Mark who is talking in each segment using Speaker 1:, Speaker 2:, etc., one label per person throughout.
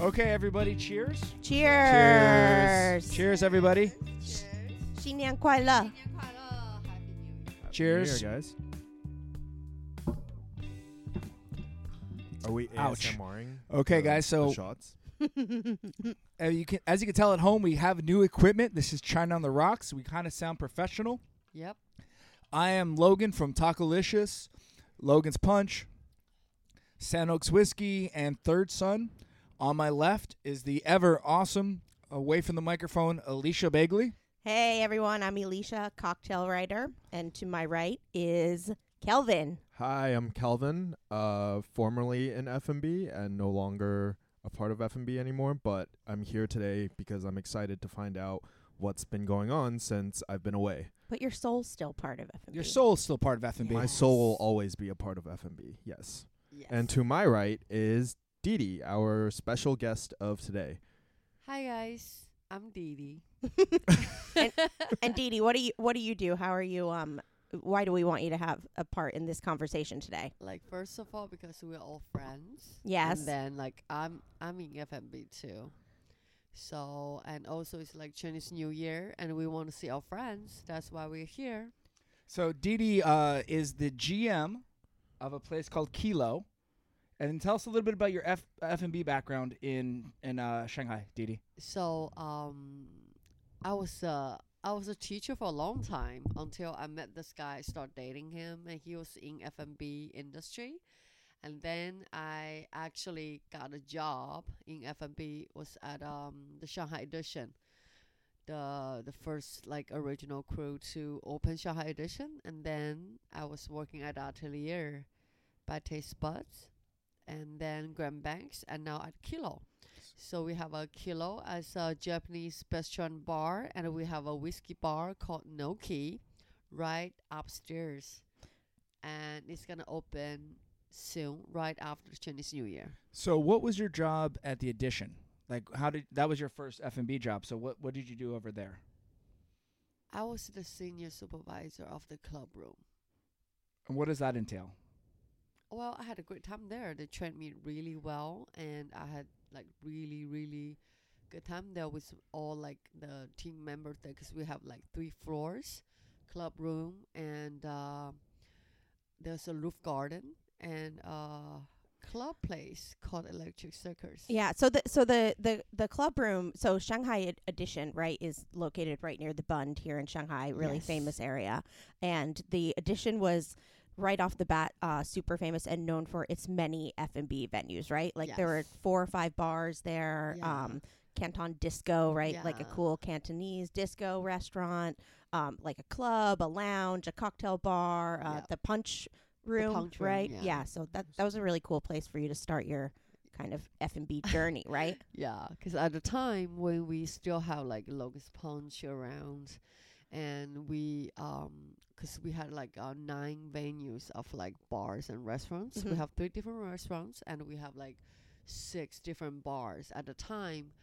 Speaker 1: Okay, everybody, cheers.
Speaker 2: Cheers.
Speaker 1: Cheers, everybody.
Speaker 3: Cheers.
Speaker 2: 新年快乐！
Speaker 3: 新年快乐，Happy New Year.
Speaker 4: Happy New
Speaker 1: Cheers.
Speaker 4: Year, guys. Are we
Speaker 1: Ouch.
Speaker 4: ASMRing?
Speaker 1: Okay,
Speaker 4: the-
Speaker 1: guys,
Speaker 4: the
Speaker 1: so-
Speaker 4: shots.
Speaker 1: Uh, you can, as you can tell at home, we have new equipment. This is China on the Rocks. We kind of sound professional.
Speaker 3: Yep.
Speaker 1: I am Logan from Tacolicious, Logan's Punch, San Oaks Whiskey, and Third Son. On my left is the ever awesome, away from the microphone, Alicia Bagley.
Speaker 2: Hey everyone, I'm Elisha, cocktail writer, and to my right is Kelvin.
Speaker 4: Hi, I'm Calvin, uh, formerly in FMB and no longer a part of FMB anymore, but I'm here today because I'm excited to find out what's been going on since I've been away.
Speaker 2: But your soul's still part of FMB.
Speaker 1: Your soul's still part of FNB.
Speaker 4: My soul will always be a part of FMB, yes.
Speaker 3: Yes.
Speaker 4: And to my right is Dee Dee, our special guest of today.
Speaker 3: Hi guys, I'm Dee Dee.
Speaker 2: and Dee Dee, what do you what do you do? How are you? Um, why do we want you to have a part in this conversation today?
Speaker 3: Like first of all, because we're all friends.
Speaker 2: Yes.
Speaker 3: And then like I'm I'm in FMB too. So and also it's like Chinese New Year, and we want to see our friends. That's why we're here.
Speaker 1: So Didi uh, is the GM of a place called Kilo, and tell us a little bit about your F F and B background in in uh, Shanghai, Didi.
Speaker 3: So um, I was uh, I was a teacher for a long time until I met this guy. I started dating him, and he was in F&B industry. And then I actually got a job in F&B. Was at um, the Shanghai Edition, the the first like original crew to open Shanghai Edition. And then I was working at Atelier by Taste Buds, and then Grand Banks, and now at Kilo. So we have a kilo as a Japanese restaurant bar, and we have a whiskey bar called Noki, right upstairs, and it's gonna open soon, right after Chinese New Year.
Speaker 1: So what was your job at the addition? Like how did that was your first F and B job? So what what did you do over there?
Speaker 3: I was the senior supervisor of the club room.
Speaker 1: And what does that entail?
Speaker 3: Well, I had a great time there. They trained me really well, and I had like really, really good time there with all like the team members there 'cause we have like three floors, club room, and uh, there's a roof garden and a club place called Electric Circus.
Speaker 2: Yeah. So the so the the the club room. So Shanghai Ed- Edition, right, is located right near the Bund here in Shanghai, really
Speaker 3: Yes.
Speaker 2: famous area. And the Edition was right off the bat uh, super famous and known for its many F and B venues. Right, like there were
Speaker 3: Yes.
Speaker 2: four or five bars there.
Speaker 3: Yeah.
Speaker 2: Um, Canton Disco, right, like a
Speaker 3: Yeah.
Speaker 2: cool Cantonese disco restaurant, um, like a club, a lounge, a cocktail bar, uh,
Speaker 3: Yep.
Speaker 2: the punch room,
Speaker 3: punch room,
Speaker 2: right?
Speaker 3: yeah.
Speaker 2: So that that was a really cool place for you to start your kind of F and B journey, right?
Speaker 3: Yeah, 'cause at the time when we still have like Locust Punch around, and we um 'cause we had like uh, nine venues of like bars and restaurants.
Speaker 2: Mhm.
Speaker 3: We have three different restaurants, and we have like six different bars at the time.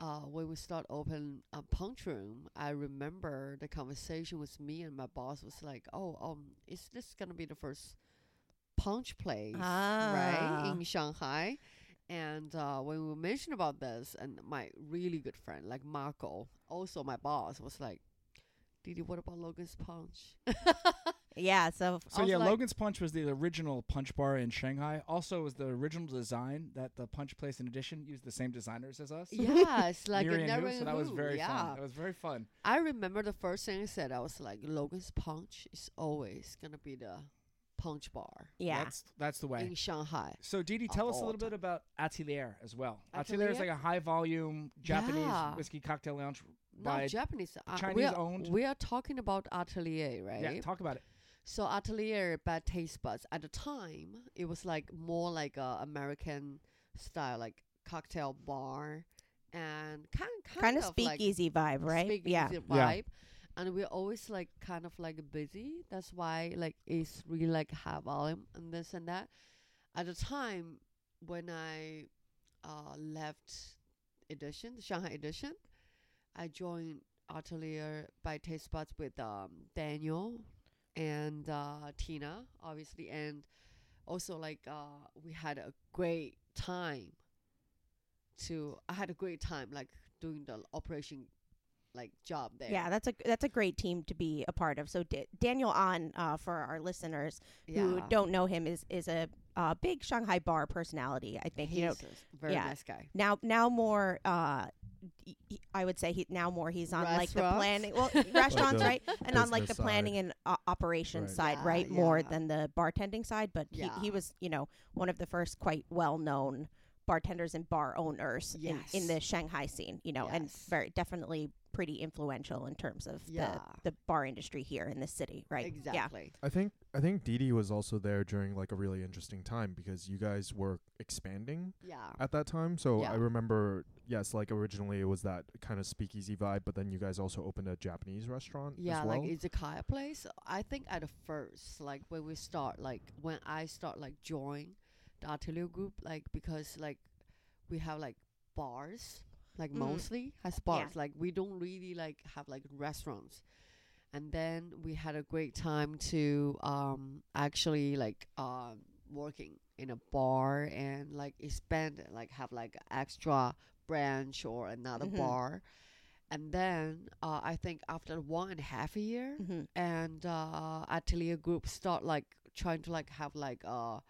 Speaker 3: Uh, when we start open a punch room, I remember the conversation with me and my boss was like, "Oh, um, is this gonna be the first punch place, right,
Speaker 2: Ah.
Speaker 3: in Shanghai?" And uh, when we mentioned about this, and my really good friend, like Marco, also my boss, was like, Didi, what about Logan's Punch?
Speaker 2: Yeah. So
Speaker 1: So
Speaker 3: I was
Speaker 1: yeah,
Speaker 3: like-
Speaker 1: Logan's Punch was the original punch bar in Shanghai. Also was the original design that the punch place in addition used the same designers as us.
Speaker 3: yes, like
Speaker 1: Miri and
Speaker 3: it never
Speaker 1: Hu, so that was
Speaker 3: who,
Speaker 1: very
Speaker 3: yeah.
Speaker 1: fun. That was very fun.
Speaker 3: I remember the first thing I said, I was like, Logan's Punch is always going to be the punch bar
Speaker 2: yeah,
Speaker 1: That's that's the way.
Speaker 3: in Shanghai.
Speaker 1: So, Didi,
Speaker 3: of
Speaker 1: tell us a
Speaker 3: all
Speaker 1: little bit
Speaker 3: time.
Speaker 1: about Atelier as well. Atelier, is like
Speaker 3: Atelier?
Speaker 1: a high volume Japanese
Speaker 3: Yeah.
Speaker 1: whiskey cocktail lounge. by
Speaker 3: Not Japanese. uh, we,
Speaker 1: Chinese
Speaker 3: are,
Speaker 1: owned-
Speaker 3: we are talking about Atelier, right?
Speaker 1: Yeah, talk about it.
Speaker 3: So Atelier Bad Taste Buds at the time it was like more like a American style like cocktail bar and kind kind,
Speaker 2: kind of
Speaker 3: like
Speaker 2: speakeasy vibe, right? yeah.
Speaker 3: speakeasy vibe. And we're always like kind of like busy. That's why like it's really like high volume and this and that. At the time when I uh, left edition, the Shanghai edition, I joined Atelier by Taste Buds with um, Daniel and uh, Tina, obviously, and also like uh, we had a great time to I had a great time like doing the operation like job there.
Speaker 2: Yeah, that's a that's a great team to be a part of. So D- Daniel on uh, for our listeners who
Speaker 3: Yeah.
Speaker 2: don't know him is is a uh, big Shanghai bar personality. I think you know
Speaker 3: He's a s- very
Speaker 2: yeah.
Speaker 3: nice guy.
Speaker 2: now now more uh y- y- I would say he now more he's on like the
Speaker 3: Restaurants?
Speaker 2: planning well restaurants
Speaker 4: the
Speaker 2: right and on like the
Speaker 4: business
Speaker 2: planning
Speaker 4: side.
Speaker 2: and uh, operations
Speaker 4: Right.
Speaker 2: side
Speaker 3: Yeah,
Speaker 2: right more
Speaker 3: yeah.
Speaker 2: than the bartending side but he, he
Speaker 3: Yeah.
Speaker 2: was you know one of the first quite well known bartenders and bar owners in, in
Speaker 3: Yes.
Speaker 2: the Shanghai scene you know and
Speaker 3: Yes.
Speaker 2: very definitely pretty influential in terms of
Speaker 3: Yeah.
Speaker 2: the the bar industry here in this city right yeah
Speaker 3: Exactly.
Speaker 4: I think I think Didi was also there during like a really interesting time because you guys were expanding
Speaker 3: Yeah.
Speaker 4: at that time. So
Speaker 3: Yeah.
Speaker 4: I remember, yes, like originally it was that kind of speakeasy vibe, but then you guys also opened a Japanese restaurant.
Speaker 3: Yeah,
Speaker 4: as well.
Speaker 3: like it's a kaya place. I think at the first, like when we start, like when I start, like join the Atelier group, like because like we have like bars, like
Speaker 2: Mhm.
Speaker 3: mostly has bars. Like we don't really like have like restaurants. And then we had a great time to um actually like um working in a bar and like expand it, like have like extra branch or another
Speaker 2: Mhm.
Speaker 3: bar. And then uh, I think after one and a half a year,
Speaker 2: Mhm.
Speaker 3: and uh, Atelier Group start like trying to like have like uh,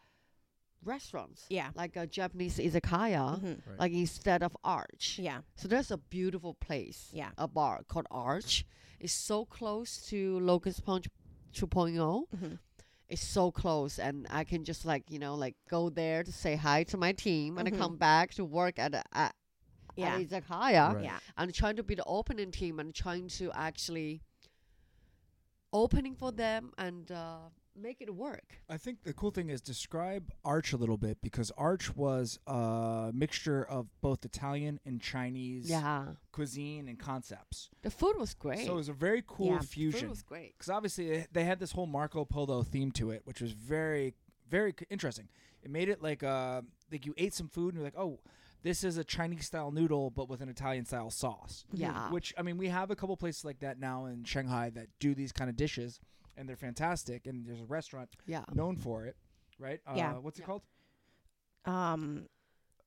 Speaker 3: restaurants,
Speaker 2: yeah
Speaker 3: like a Japanese izakaya,
Speaker 2: Mhm.
Speaker 4: Right.
Speaker 3: like instead of Arch.
Speaker 2: yeah
Speaker 3: So there's a beautiful place,
Speaker 2: Yeah.
Speaker 3: a bar called Arch. It's so close to Locust Punch 2.0.
Speaker 2: Mhm.
Speaker 3: It's so close, and I can just like you know like go there to say hi to my team, and
Speaker 2: Mhm.
Speaker 3: I come back to work at a, at,
Speaker 2: yeah Mm-hmm.
Speaker 3: at izakaya
Speaker 4: Right.
Speaker 2: yeah
Speaker 3: and trying to be the opening team and trying to actually opening for them and uh, make it work.
Speaker 1: I think the cool thing is describe Arch a little bit because Arch was a mixture of both Italian and Chinese
Speaker 3: Yeah,
Speaker 1: cuisine and concepts.
Speaker 3: the food was great.
Speaker 1: So it was a very cool
Speaker 2: Yeah.
Speaker 3: Food
Speaker 1: fusion.
Speaker 3: was great.
Speaker 1: Because obviously they- they had this whole Marco Polo theme to it, which was very, very c- interesting. It made it like uh, like you ate some food and you're like, oh, this is a Chinese style noodle but with an Italian style sauce.
Speaker 3: Yeah,
Speaker 1: Which I mean, we have a couple places like that now in Shanghai that do these kind of dishes, and they're fantastic. And there's a restaurant
Speaker 3: yeah.
Speaker 1: known for it, right?
Speaker 2: Yeah.
Speaker 1: Uh, what's it
Speaker 3: Um, Yeah.
Speaker 1: called?
Speaker 2: um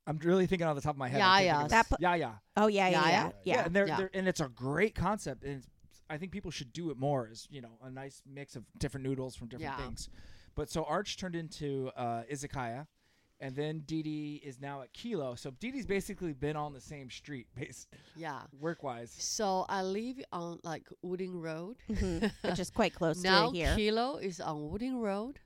Speaker 1: I'm really thinking on the top of my head.
Speaker 3: Yeah,
Speaker 1: I can't
Speaker 3: yeah.
Speaker 1: think of it.
Speaker 2: That pla-
Speaker 1: yeah, yeah,
Speaker 2: oh yeah yeah
Speaker 3: Yeah,
Speaker 2: yeah,
Speaker 3: yeah.
Speaker 2: yeah.
Speaker 1: and they're,
Speaker 3: Yeah.
Speaker 1: they're and it's a great concept, and it's, I think people should do it more. Is you know a nice mix of different noodles from different
Speaker 3: Yeah.
Speaker 1: things. But so Arch turned into uh, Izakaya, and then Didi is now at Kilo. So Didi's basically been on the same street, based
Speaker 3: yeah.
Speaker 1: work wise.
Speaker 3: So I live on like Wooding Road.
Speaker 2: Mhm. which is quite close
Speaker 3: now
Speaker 2: to here
Speaker 3: Kilo is on Wooding Road.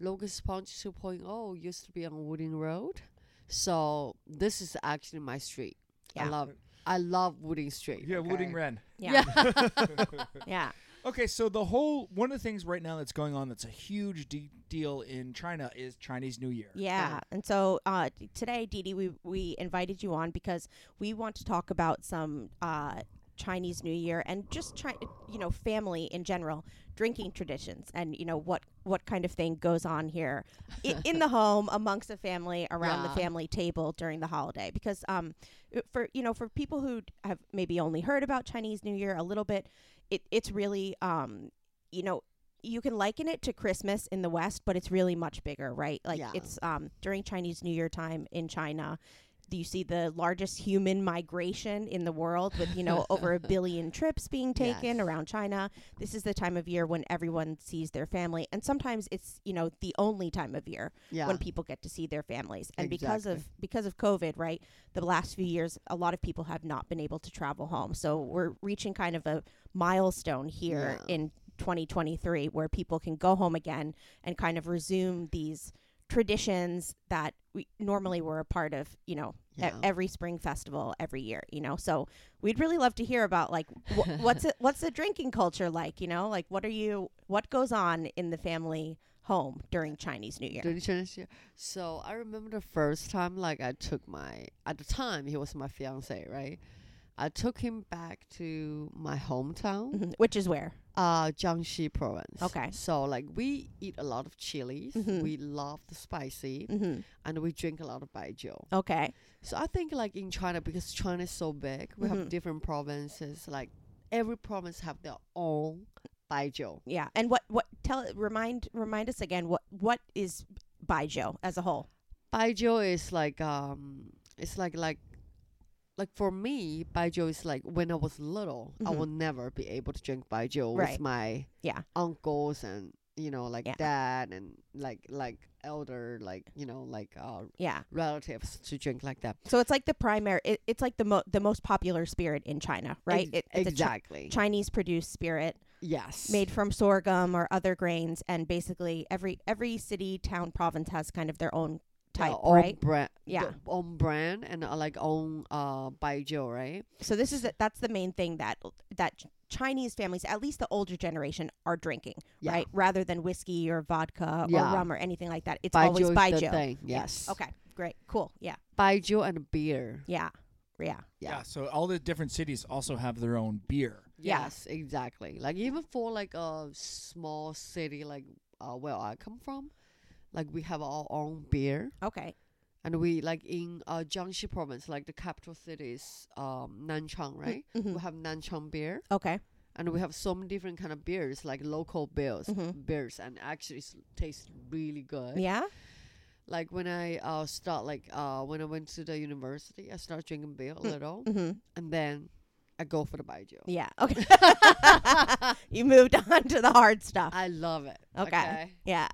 Speaker 3: Locust Sponge 2.0 used to be on Wooding Road. So this is actually my street.
Speaker 2: Yeah.
Speaker 3: I love I love Wooding Street.
Speaker 1: Yeah,
Speaker 3: okay?
Speaker 1: Wooding Ren.
Speaker 2: yeah yeah
Speaker 1: Okay, so the whole one of the things right now that's going on that's a huge de- deal in China is Chinese New Year.
Speaker 2: Yeah, and so uh, t- today, Didi, we we invited you on because we want to talk about some uh, Chinese New Year and just Chi- you know family in general, drinking traditions, and you know what what kind of thing goes on here in, in the home amongst the family around
Speaker 3: Yeah.
Speaker 2: the family table during the holiday because um it- for you know for people who d- have maybe only heard about Chinese New Year a little bit, it it's really um you know you can liken it to Christmas in the West, but it's really much bigger, right? Like
Speaker 3: Yeah.
Speaker 2: it's um, during Chinese New Year time in China. You see the largest human migration in the world, with you know over a billion trips being taken
Speaker 3: Yes.
Speaker 2: around China. This is the time of year when everyone sees their family, and sometimes it's you know the only time of year
Speaker 3: Yeah.
Speaker 2: when people get to see their families. And because of
Speaker 3: Exactly.
Speaker 2: because of COVID, right, the last few years, a lot of people have not been able to travel home. So we're reaching kind of a milestone here
Speaker 3: Yeah.
Speaker 2: in 2023 where people can go home again and kind of resume these traditions that we normally were a part of, you know, e-
Speaker 3: Yeah.
Speaker 2: every spring festival every year, you know. So we'd really love to hear about like wh- what's it, what's the drinking culture like, you know? Like what are you what goes on in the family home during Chinese New Year?
Speaker 3: During Chinese New Year. So I remember the first time, like I took my at the time he was my fiance, right? I took him back to my hometown,
Speaker 2: Mhm. Which is where?
Speaker 3: uh, Jiangxi province.
Speaker 2: Okay.
Speaker 3: So like we eat a lot of chilies.
Speaker 2: Mhm.
Speaker 3: We love the spicy,
Speaker 2: hmm
Speaker 3: and we drink a lot of baijiu.
Speaker 2: Okay.
Speaker 3: So I think like in China because China is so big, we
Speaker 2: Mhm.
Speaker 3: have different provinces. Like every province have their own baijiu.
Speaker 2: Yeah. And what what tell remind remind us again what what is Baijiu as a whole?
Speaker 3: Baijiu is like um, it's like like like for me, baijiu is like when I was little, I
Speaker 2: Mhm.
Speaker 3: will never be able to drink baijiu
Speaker 2: Right.
Speaker 3: with my
Speaker 2: Yeah.
Speaker 3: uncles and you know like
Speaker 2: Yeah.
Speaker 3: dad and like like elder like you know like uh
Speaker 2: Yeah.
Speaker 3: relatives to drink like that.
Speaker 2: So it's like the primary. It, it's like the mo- the most popular spirit in China, right?
Speaker 3: Ex-
Speaker 2: It- it's a Chi-
Speaker 3: exactly.
Speaker 2: Chinese produced spirit
Speaker 3: yes.
Speaker 2: made from sorghum or other grains, and basically every every city, town, province has kind of their own
Speaker 3: Uh,
Speaker 2: type,
Speaker 3: own
Speaker 2: right?
Speaker 3: Brand,
Speaker 2: Yeah.
Speaker 3: On brand and uh, like on uh baijiu, right?
Speaker 2: So this is that's the main thing that that Ch- Chinese families, at least the older generation, are drinking,
Speaker 3: Yeah.
Speaker 2: right? Rather than whiskey or vodka
Speaker 3: Yeah.
Speaker 2: or rum or anything like that. It's
Speaker 3: Baijiu
Speaker 2: always
Speaker 3: is
Speaker 2: baijiu.
Speaker 3: the thing.
Speaker 2: Yeah.
Speaker 3: Yes.
Speaker 2: Okay. Great. Cool. Yeah.
Speaker 3: Baijiu and beer.
Speaker 2: Yeah. Yeah.
Speaker 1: Yeah.
Speaker 3: Yeah.
Speaker 1: So all the different cities also have their own beer.
Speaker 2: Yeah.
Speaker 3: Yes, exactly. Like even for like a small city like uh, where I come from, like we have our own beer,
Speaker 2: Okay.
Speaker 3: and we like in uh, Jiangxi province, like the capital city is um, Nanchang, right?
Speaker 2: Mhm.
Speaker 3: We have Nanchang beer,
Speaker 2: Okay.
Speaker 3: and we have so many different kind of beers, like local beers,
Speaker 2: Mhm.
Speaker 3: beers, and actually s- tastes really good.
Speaker 2: Yeah.
Speaker 3: Like when I uh, start like uh, when I went to the university, I started drinking beer a little,
Speaker 2: Mm-hmm.
Speaker 3: and then I go for the baijiu.
Speaker 2: Yeah. Okay. you moved on to the hard stuff.
Speaker 3: I love it.
Speaker 2: Okay. Yeah.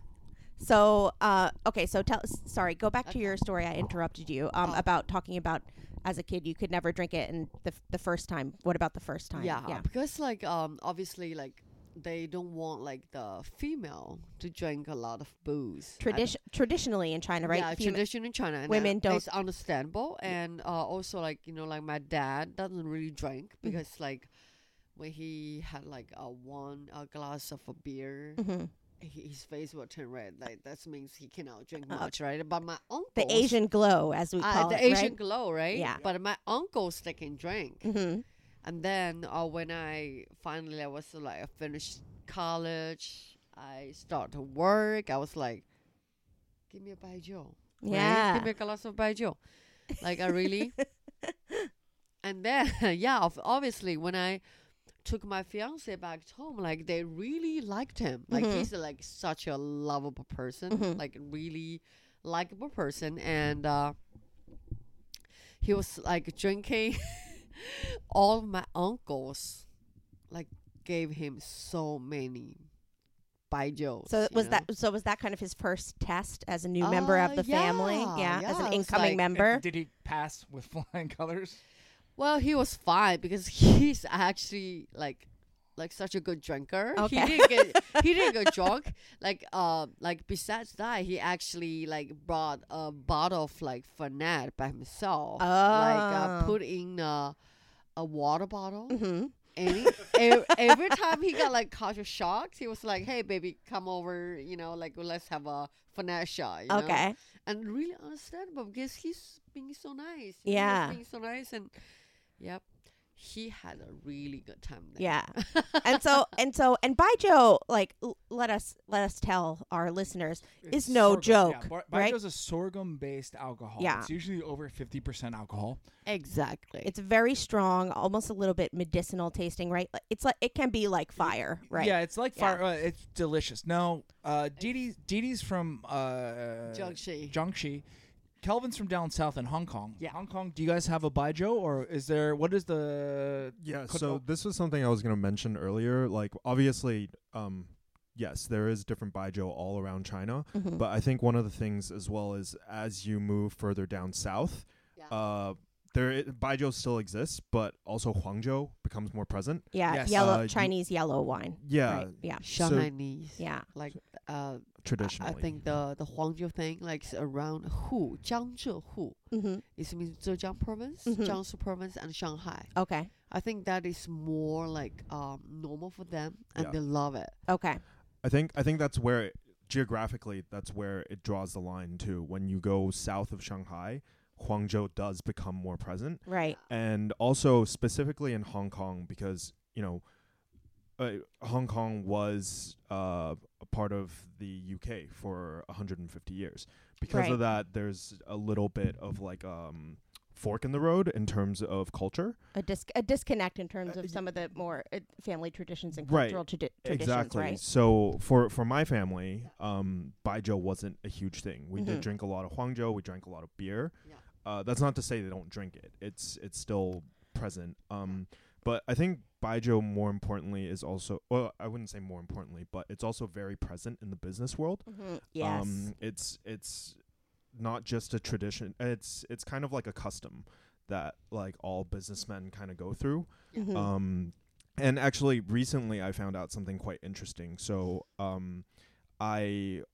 Speaker 2: So, uh, okay. So tell. s- Sorry. Go back to
Speaker 3: Okay.
Speaker 2: your story. I interrupted you. Um,
Speaker 3: Oh.
Speaker 2: about talking about as a kid you could never drink it, and the f- the first time. What about the first time?
Speaker 3: Yeah,
Speaker 2: Yeah.
Speaker 3: because like um obviously like they don't want like the female to drink a lot of booze. I
Speaker 2: Tradition traditionally in China,
Speaker 3: don't-
Speaker 2: right?
Speaker 3: Yeah,
Speaker 2: Fema-
Speaker 3: tradition in China. and
Speaker 2: women
Speaker 3: I-
Speaker 2: don't-
Speaker 3: It's understandable, and uh, also like you know, like my dad doesn't really drink
Speaker 2: Mm-hmm.
Speaker 3: because like when he had like a one a glass of a beer,
Speaker 2: Mhm.
Speaker 3: he, his face will turn red. Like that means he cannot drink
Speaker 2: Uh,
Speaker 3: much, right? But my uncle,
Speaker 2: The Asian glow, as we
Speaker 3: uh,
Speaker 2: call
Speaker 3: the
Speaker 2: it,
Speaker 3: Asian glow, right?
Speaker 2: Yeah.
Speaker 3: But my uncles they can drink.
Speaker 2: right? hmm
Speaker 3: And then uh, when I finally I was like I finished college, I start to work. I was like, give me a baijiu. right?
Speaker 2: Yeah.
Speaker 3: Give me a glass of baijiu. Like I really. and then yeah, of- obviously when I took my fiance back home, like they really liked him. Like
Speaker 2: Mhm.
Speaker 3: he's like such a lovable person,
Speaker 2: Mhm.
Speaker 3: like really likable person, and uh, he was like drinking. All of my uncles like gave him so many baijiu.
Speaker 2: So was that so was that kind of his first test as a new member
Speaker 3: Uh,
Speaker 2: of the family?
Speaker 3: yeah,
Speaker 2: Yeah, as
Speaker 3: yeah,
Speaker 2: an
Speaker 3: it was
Speaker 2: incoming
Speaker 3: like-
Speaker 2: member.
Speaker 1: Did he pass with flying colors?
Speaker 3: Well, he was fine because he's actually like like such a good drinker.
Speaker 2: Okay.
Speaker 3: He didn't get he didn't get drunk. Like uh like besides that, he actually like brought a bottle of like Fernet by himself. Like uh,
Speaker 2: Oh.
Speaker 3: put in uh, a water bottle.
Speaker 2: hmm
Speaker 3: Any every, every time he got like culture shocked, he was like, "Hey baby, come over, you know, like let's have a Fernet shot." you know?
Speaker 2: Okay.
Speaker 3: and really understandable because he's being so nice. you know, he's
Speaker 2: Yeah.
Speaker 3: being so nice, and yep, he had a really good time there.
Speaker 2: Yeah. and so and so and Baijiu, like l- let us let us tell our listeners, is no joke,
Speaker 1: Yeah,
Speaker 2: right?
Speaker 1: Baijiu's a sorghum-based alcohol.
Speaker 2: Yeah.
Speaker 1: It's usually over 50% alcohol.
Speaker 3: exactly.
Speaker 2: it's very strong, almost a little bit medicinal tasting, right? Like, It's like it can be like fire, right?
Speaker 1: Yeah, it's like
Speaker 2: Yeah.
Speaker 1: fire. Uh, it's delicious. No, uh, Didi, Didi's from uh,
Speaker 3: Jiangxi.
Speaker 1: Jiangxi. Kelvin's from down south in Hong Kong.
Speaker 3: Yeah.
Speaker 1: Hong Kong. Do you guys have a baijiu, or is there? What is the?
Speaker 4: Yeah,
Speaker 1: Could-
Speaker 4: so this was something I was going to mention earlier. Like, obviously, um, yes, there is different baijiu all around
Speaker 3: Mm-hmm.
Speaker 4: China,
Speaker 2: Mhm.
Speaker 4: but I think one of the things as well is as you move further down south,
Speaker 3: Yeah.
Speaker 4: uh, there i- baijiu still exists, but also huangjiu becomes more present.
Speaker 2: Yeah,
Speaker 1: Yes.
Speaker 2: yellow
Speaker 4: Uh, you-
Speaker 2: Chinese yellow wine.
Speaker 4: Yeah,
Speaker 2: Right. Yeah.
Speaker 4: so-
Speaker 3: Chinese.
Speaker 2: Yeah.
Speaker 3: Like uh, I, I
Speaker 4: traditionally.
Speaker 3: think the the Huangzhou thing, like is around Hu, Jiangzhe Hu,
Speaker 2: hmm
Speaker 3: it means Zhejiang province,
Speaker 2: Mhm.
Speaker 3: Jiangsu province, and Shanghai.
Speaker 2: Okay.
Speaker 3: I think that is more like um, normal for them, and
Speaker 4: Yeah.
Speaker 3: they love it.
Speaker 2: Okay.
Speaker 4: I think I think that's where it, geographically that's where it draws the line too. When you go south of Shanghai, Huangzhou does become more present,
Speaker 2: Right.
Speaker 4: and also specifically in Hong Kong because you know uh, Hong Kong was uh, a part of the UK for 150 years. Because of that, there's a little bit of like um, fork in the road in terms of culture.
Speaker 2: A dis- a disconnect in terms
Speaker 4: Uh,
Speaker 2: of
Speaker 4: y-
Speaker 2: some of the more uh, family traditions and
Speaker 4: Right.
Speaker 2: cultural tradi- traditions,
Speaker 4: exactly.
Speaker 2: right?
Speaker 4: So for for my family, um, baijiu wasn't a huge thing. We
Speaker 2: Mhm.
Speaker 4: did drink a lot of huangzhou. We drank a lot of beer.
Speaker 3: Yeah.
Speaker 4: Uh, that's not to say they don't drink it. It's it's still present. Um, but I think Baijiu more importantly is also well, I wouldn't say more importantly, but it's also very present in the business world.
Speaker 2: Mhm. Yes.
Speaker 4: Um, it's it's not just a tradition. It's it's kind of like a custom that like all businessmen kind of go through.
Speaker 2: Mhm.
Speaker 4: Um, and actually, recently I found out something quite interesting. So, um, I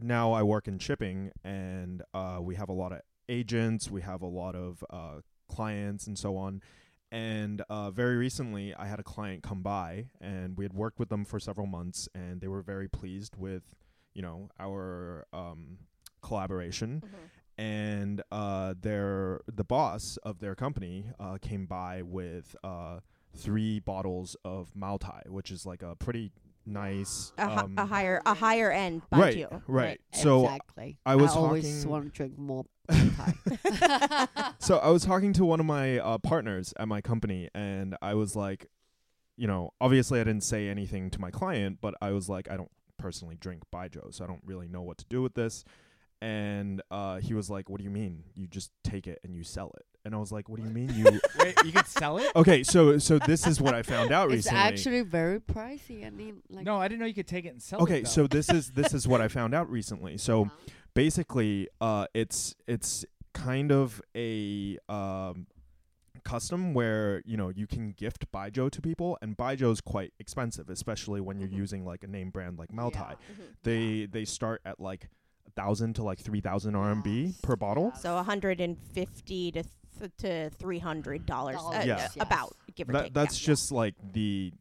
Speaker 4: now I work in shipping, and uh, we have a lot of agents, we have a lot of uh, clients, and so on. And uh, very recently, I had a client come by, and we had worked with them for several months, and they were very pleased with, you know, our um, collaboration
Speaker 2: Mhm.
Speaker 4: and uh, their the boss of their company uh, came by with uh, three bottles of Maltai, which is like a pretty nice.
Speaker 2: a, hi-
Speaker 4: um,
Speaker 2: a higher a higher end
Speaker 4: right,
Speaker 2: Baijiu.
Speaker 4: right, So
Speaker 3: exactly.
Speaker 4: I was
Speaker 3: always
Speaker 4: talking-
Speaker 3: want to drink more.
Speaker 4: so I was talking to one of my uh, partners at my company, and I was like, you know, obviously I didn't say anything to my client, but I was like, I don't personally drink Baijiu, so I don't really know what to do with this. And uh, he was like, "What do you mean? You just take it and you sell it?" And I was like, "What do you mean you
Speaker 1: Wait, you can sell it?
Speaker 4: Okay, so so this is what I found out
Speaker 3: it's
Speaker 4: recently.
Speaker 3: actually very pricey. I mean, like
Speaker 1: No, I didn't know you could take it and sell it.
Speaker 4: okay,
Speaker 1: though.
Speaker 4: so this is this is what I found out recently. So
Speaker 2: Uh-huh.
Speaker 4: basically, uh, it's it's kind of a um, custom where you know you can gift Baijiu to people, and Baijiu is quite expensive, especially when you're
Speaker 3: Mhm.
Speaker 2: Mm-hmm.
Speaker 4: using like a name brand like Maltai.
Speaker 3: Yeah.
Speaker 2: Mhm.
Speaker 4: They they start at like thousand to like three thousand RMB
Speaker 3: Yes,
Speaker 4: per bottle.
Speaker 2: So 150 to th- to 300 dollars, uh,
Speaker 3: Dollars,
Speaker 2: uh,
Speaker 4: yes.
Speaker 2: about give or
Speaker 4: That-
Speaker 2: take.
Speaker 4: that's
Speaker 2: yeah.
Speaker 4: just like the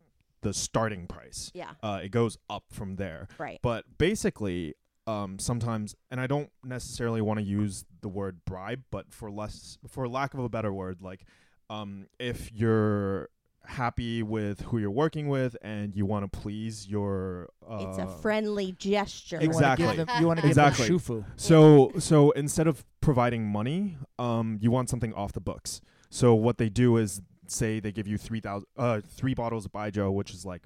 Speaker 4: the starting price.
Speaker 2: yeah,
Speaker 4: Uh, it goes up from there.
Speaker 2: right.
Speaker 4: But basically, um, sometimes, and I don't necessarily want to use the word bribe, but for less, for lack of a better word, like um, if you're happy with who you're working with and you want to please your, uh,
Speaker 2: it's a friendly gesture.
Speaker 1: You wanna give
Speaker 4: Exactly.
Speaker 1: them- You want to give
Speaker 4: Exactly.
Speaker 1: them shufu.
Speaker 4: So, so instead of providing money, um, you want something off the books. So what they do is say they give you three thousand, uh, three bottles of Baijiu, which is like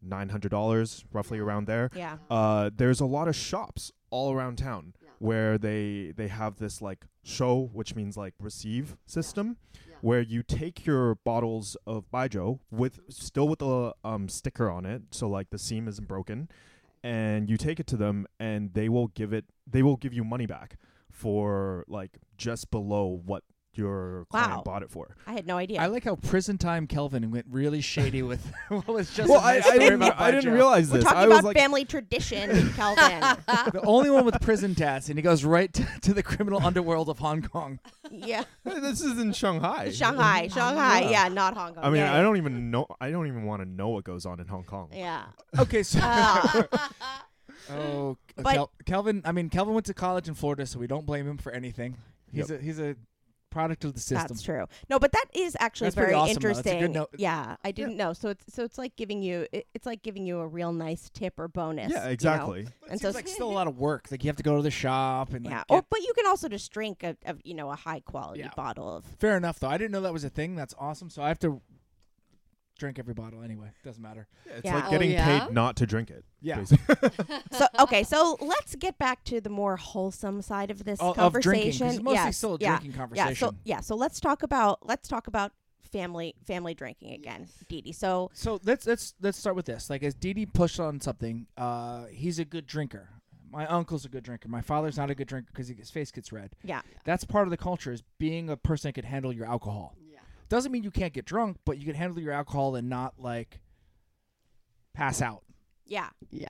Speaker 4: nine hundred dollars, roughly around there.
Speaker 2: Yeah.
Speaker 4: uh, there's a lot of shops all around town
Speaker 3: Yeah.
Speaker 4: where they they have this like show, which means like receive system,
Speaker 3: Yeah.
Speaker 4: where you take your bottles of baijiu with still with a um, sticker on it, so like the seam isn't broken, and you take it to them, and they will give it they will give you money back for like just below what your client
Speaker 2: Wow.
Speaker 4: bought it for.
Speaker 2: I had no idea.
Speaker 1: I like how prison time Kelvin went really shady with what was just.
Speaker 4: well,
Speaker 1: a
Speaker 4: I,
Speaker 1: nice
Speaker 4: I
Speaker 1: story
Speaker 4: didn't
Speaker 1: about
Speaker 4: I didn't
Speaker 1: Baijiu.
Speaker 4: realize
Speaker 2: We're
Speaker 4: this.
Speaker 2: talking
Speaker 4: I was
Speaker 2: about
Speaker 4: like,
Speaker 2: family tradition, Calvin.
Speaker 1: the only one with prison tats, and he goes right to, to the criminal underworld of Hong Kong.
Speaker 2: yeah,
Speaker 4: this is in Shanghai.
Speaker 2: Shanghai, Shanghai.
Speaker 4: Yeah.
Speaker 2: Yeah. not Hong Kong.
Speaker 4: I mean,
Speaker 2: yeah,
Speaker 4: I don't even know. I don't even want to know what goes on in Hong Kong.
Speaker 2: Yeah.
Speaker 1: Okay, so
Speaker 2: Uh,
Speaker 1: oh,
Speaker 2: But-
Speaker 1: Kel- Kelvin. I mean, Kelvin went to college in Florida, so we don't blame him for anything. He's a he's a product of the system.
Speaker 2: That's true. No, but that is actually
Speaker 1: That's pretty
Speaker 2: very
Speaker 1: awesome, though. That's a good
Speaker 2: interesting.
Speaker 1: note.
Speaker 2: Yeah, I didn't know. So it's so it's like giving you it, it's like giving you a real nice tip or bonus. you
Speaker 4: Yeah,
Speaker 2: know?
Speaker 4: exactly.
Speaker 1: But it
Speaker 2: And so
Speaker 1: seems like still a lot of work. Like you have to go to the shop and like,
Speaker 2: yeah.
Speaker 1: get-
Speaker 2: Or but you can also just drink a, a you know a high quality
Speaker 1: Yeah.
Speaker 2: bottle of.
Speaker 1: fair enough though. I didn't know that was a thing. That's awesome. So I have to drink every bottle anyway. Doesn't matter.
Speaker 4: it's
Speaker 2: Yeah.
Speaker 4: like
Speaker 2: Oh,
Speaker 4: getting
Speaker 3: yeah?
Speaker 4: paid not to drink it.
Speaker 1: Yeah.
Speaker 4: basically.
Speaker 2: So okay, so let's get back to the more wholesome side of this
Speaker 1: Oh, of drinking, 'cause
Speaker 2: conversation.
Speaker 1: it's mostly
Speaker 2: Yes,
Speaker 1: still a
Speaker 2: yeah,
Speaker 1: drinking
Speaker 2: yeah.
Speaker 1: conversation.
Speaker 2: So yeah, so let's talk about let's talk about family family drinking again,
Speaker 3: Yes.
Speaker 2: Dee Dee. So
Speaker 1: So let's let's let's start with this. Like as Didi pushed on something, uh, he's a good drinker. My uncle's a good drinker. My father's not a good drinker because his face gets red.
Speaker 2: yeah,
Speaker 1: That's part of the culture is being a person that can handle your alcohol.
Speaker 3: yeah.
Speaker 1: Doesn't mean you can't get drunk, but you can handle your alcohol and not like pass out.
Speaker 2: yeah,
Speaker 3: Yeah.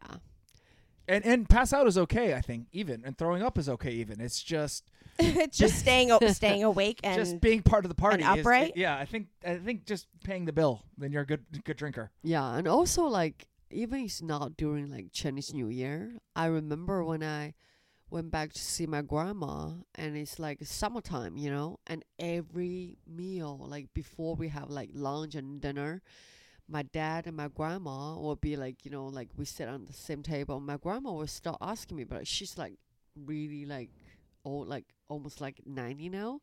Speaker 1: And and pass out is okay, I think, even and throwing up is okay, even. It's just
Speaker 2: it's just staying o- staying awake and
Speaker 1: just being part of the party. is-
Speaker 2: upright?
Speaker 1: yeah, I think I think just paying the bill, then you're a good good drinker.
Speaker 3: Yeah, and also like even it's not during like Chinese New Year. I remember when I went back to see my grandma, and it's like summertime, you know. And every meal, like before we have like lunch and dinner, my dad and my grandma will be like, you know, like we sit on the same table. My grandma will start asking me, but she's like really like old, like almost like ninety now.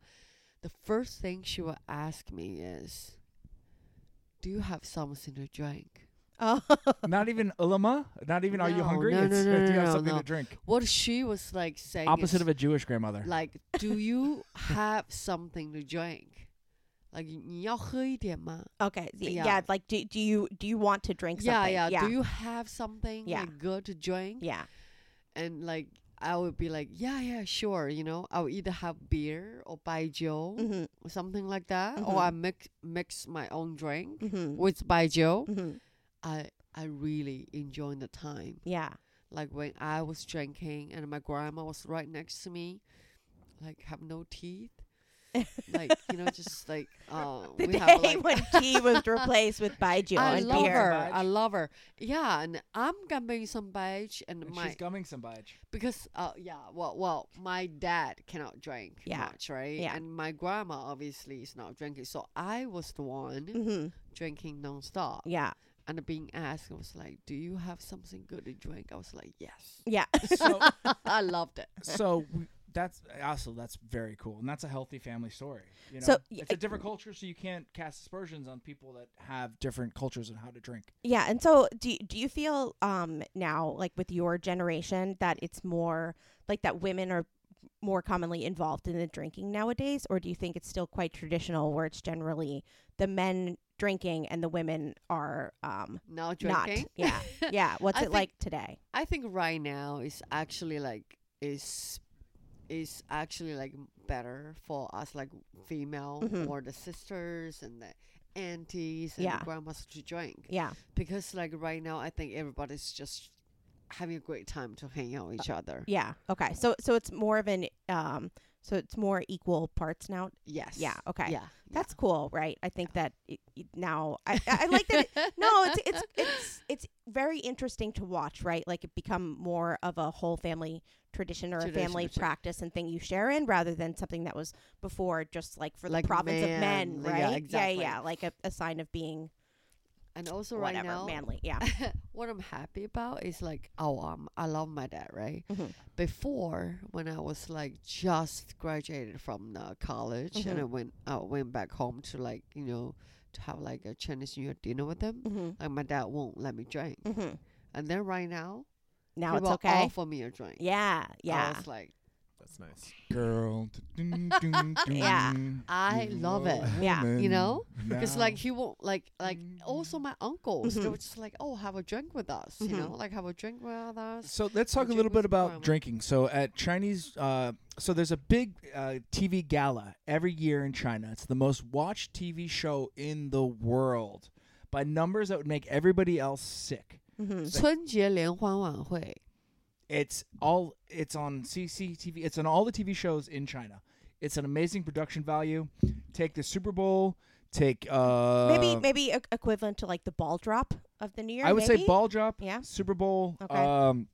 Speaker 3: The first thing she will ask me is, "Do you have something to drink?"
Speaker 2: Oh,
Speaker 1: Not even ulama. Not even are you
Speaker 3: No,
Speaker 1: hungry?
Speaker 3: no,
Speaker 1: it's
Speaker 3: no,
Speaker 1: uh,
Speaker 3: no,
Speaker 1: do you have
Speaker 3: no,
Speaker 1: something
Speaker 3: no.
Speaker 1: to drink?
Speaker 3: What she was like saying
Speaker 1: Opposite
Speaker 3: is,
Speaker 1: of a Jewish grandmother.
Speaker 3: like, do you have something to drink? Like, 你要喝一点吗?
Speaker 2: okay. Y-
Speaker 3: Yeah.
Speaker 2: Yeah. like, do, do you do you want to drink
Speaker 3: Yeah,
Speaker 2: something?
Speaker 3: yeah,
Speaker 2: yeah.
Speaker 3: Do you have something
Speaker 2: Yeah.
Speaker 3: like, good to drink?
Speaker 2: yeah.
Speaker 3: And like, I would be like, yeah, yeah, sure. You know, I'll either have beer or baijiu
Speaker 2: Mhm,
Speaker 3: or something like that,
Speaker 2: Mhm.
Speaker 3: or I mix mix my own drink
Speaker 2: mhm,
Speaker 3: with baijiu.
Speaker 2: mhm.
Speaker 3: I I really enjoy the time.
Speaker 2: Yeah.
Speaker 3: Like when I was drinking and my grandma was right next to me, like have no teeth. like you know, just like uh,
Speaker 2: The
Speaker 3: we
Speaker 2: day
Speaker 3: have like
Speaker 2: when tea was replaced with baijiu
Speaker 3: I
Speaker 2: and
Speaker 3: love
Speaker 2: beer.
Speaker 3: her. I love her. Yeah, and I'm gumming some beige and,
Speaker 1: And
Speaker 3: my
Speaker 1: she's gumming some badge.
Speaker 3: because uh yeah, well well my dad cannot drink
Speaker 2: Yeah.
Speaker 3: much, right?
Speaker 2: Yeah.
Speaker 3: And my grandma obviously is not drinking. So I was the one
Speaker 2: hmm
Speaker 3: drinking nonstop.
Speaker 2: Yeah.
Speaker 3: And being asked, I was like, Do you have something good to drink? I was like, Yes.
Speaker 2: Yeah.
Speaker 1: So,
Speaker 3: I loved it.
Speaker 1: so we, that's also that's very cool, and that's a healthy family story. You know,
Speaker 2: So, y-
Speaker 1: it's a different culture, so you can't cast aspersions on people that have different cultures and how to drink.
Speaker 2: Yeah, and so do do you feel um now like with your generation that it's more like that women are more commonly involved in the drinking nowadays or do you think it's still quite traditional where it's generally the men drinking and the women are um
Speaker 3: Now
Speaker 2: not
Speaker 3: drinking.
Speaker 2: yeah yeah what's
Speaker 3: I
Speaker 2: it
Speaker 3: think-
Speaker 2: like today
Speaker 3: I think right now is actually like is is actually like better for us like female
Speaker 2: Mhm.
Speaker 3: or the sisters and the aunties and
Speaker 2: Yeah.
Speaker 3: the grandmas to drink
Speaker 2: yeah
Speaker 3: because like right now I think everybody's just having a great time to hang out with each other.
Speaker 2: yeah okay so so it's more of an um so it's more equal parts now
Speaker 3: Yes.
Speaker 2: Yeah, okay.
Speaker 3: Yeah.
Speaker 2: that's cool right i think that it, it, now I, I I like that it, no it's it's it's it's very interesting to watch right like it become more of a whole family tradition or a
Speaker 3: Tradition,
Speaker 2: family
Speaker 3: sure.
Speaker 2: practice and thing you share in rather than something that was before just like for
Speaker 3: Like
Speaker 2: the province of men
Speaker 3: manly, yeah,
Speaker 2: right
Speaker 3: exactly.
Speaker 2: yeah like a, a sign of being
Speaker 3: And also
Speaker 2: whatever
Speaker 3: right now
Speaker 2: manly yeah
Speaker 3: what I'm happy about is like, oh, um, I love my dad, right?
Speaker 2: Mhm.
Speaker 3: Before, when I was like just graduated from uh, college, and
Speaker 2: Mm-hmm.
Speaker 3: I went, I went back home to like, you know, to have like a Chinese New Year dinner with them.
Speaker 2: hmm
Speaker 3: Like my dad won't let me drink,
Speaker 2: hmm
Speaker 3: and then right now,
Speaker 2: now it's
Speaker 3: people
Speaker 2: okay
Speaker 3: offer me a drink.
Speaker 2: yeah yeah
Speaker 3: I was like,
Speaker 4: That's nice.
Speaker 1: Girl,
Speaker 2: Yeah.
Speaker 3: I love it.
Speaker 2: Yeah.
Speaker 3: you know, because like he won't like like also my uncles.
Speaker 2: Mm-hmm.
Speaker 3: They were just like, oh, have a drink with us, you
Speaker 2: Mhm.
Speaker 3: know, like have a drink with us.
Speaker 1: So let's talk a
Speaker 3: Drink
Speaker 1: little
Speaker 3: was
Speaker 1: bit about
Speaker 3: requirement.
Speaker 1: drinking. So at Chinese, uh, so there's a big uh, TV gala every year in China. It's the most watched TV show in the world by numbers that would make everybody else sick.
Speaker 2: hmm
Speaker 3: 春节联欢晚会。
Speaker 1: It's all it's on CCTV. It's on all the TV shows in China. It's an amazing production value. Take the Super Bowl. Take uh,
Speaker 2: maybe maybe e- equivalent to like the ball drop of the new year
Speaker 1: I would say
Speaker 2: maybe?
Speaker 1: ball drop.
Speaker 2: Yeah.
Speaker 1: Super Bowl.
Speaker 2: Okay.
Speaker 1: Um,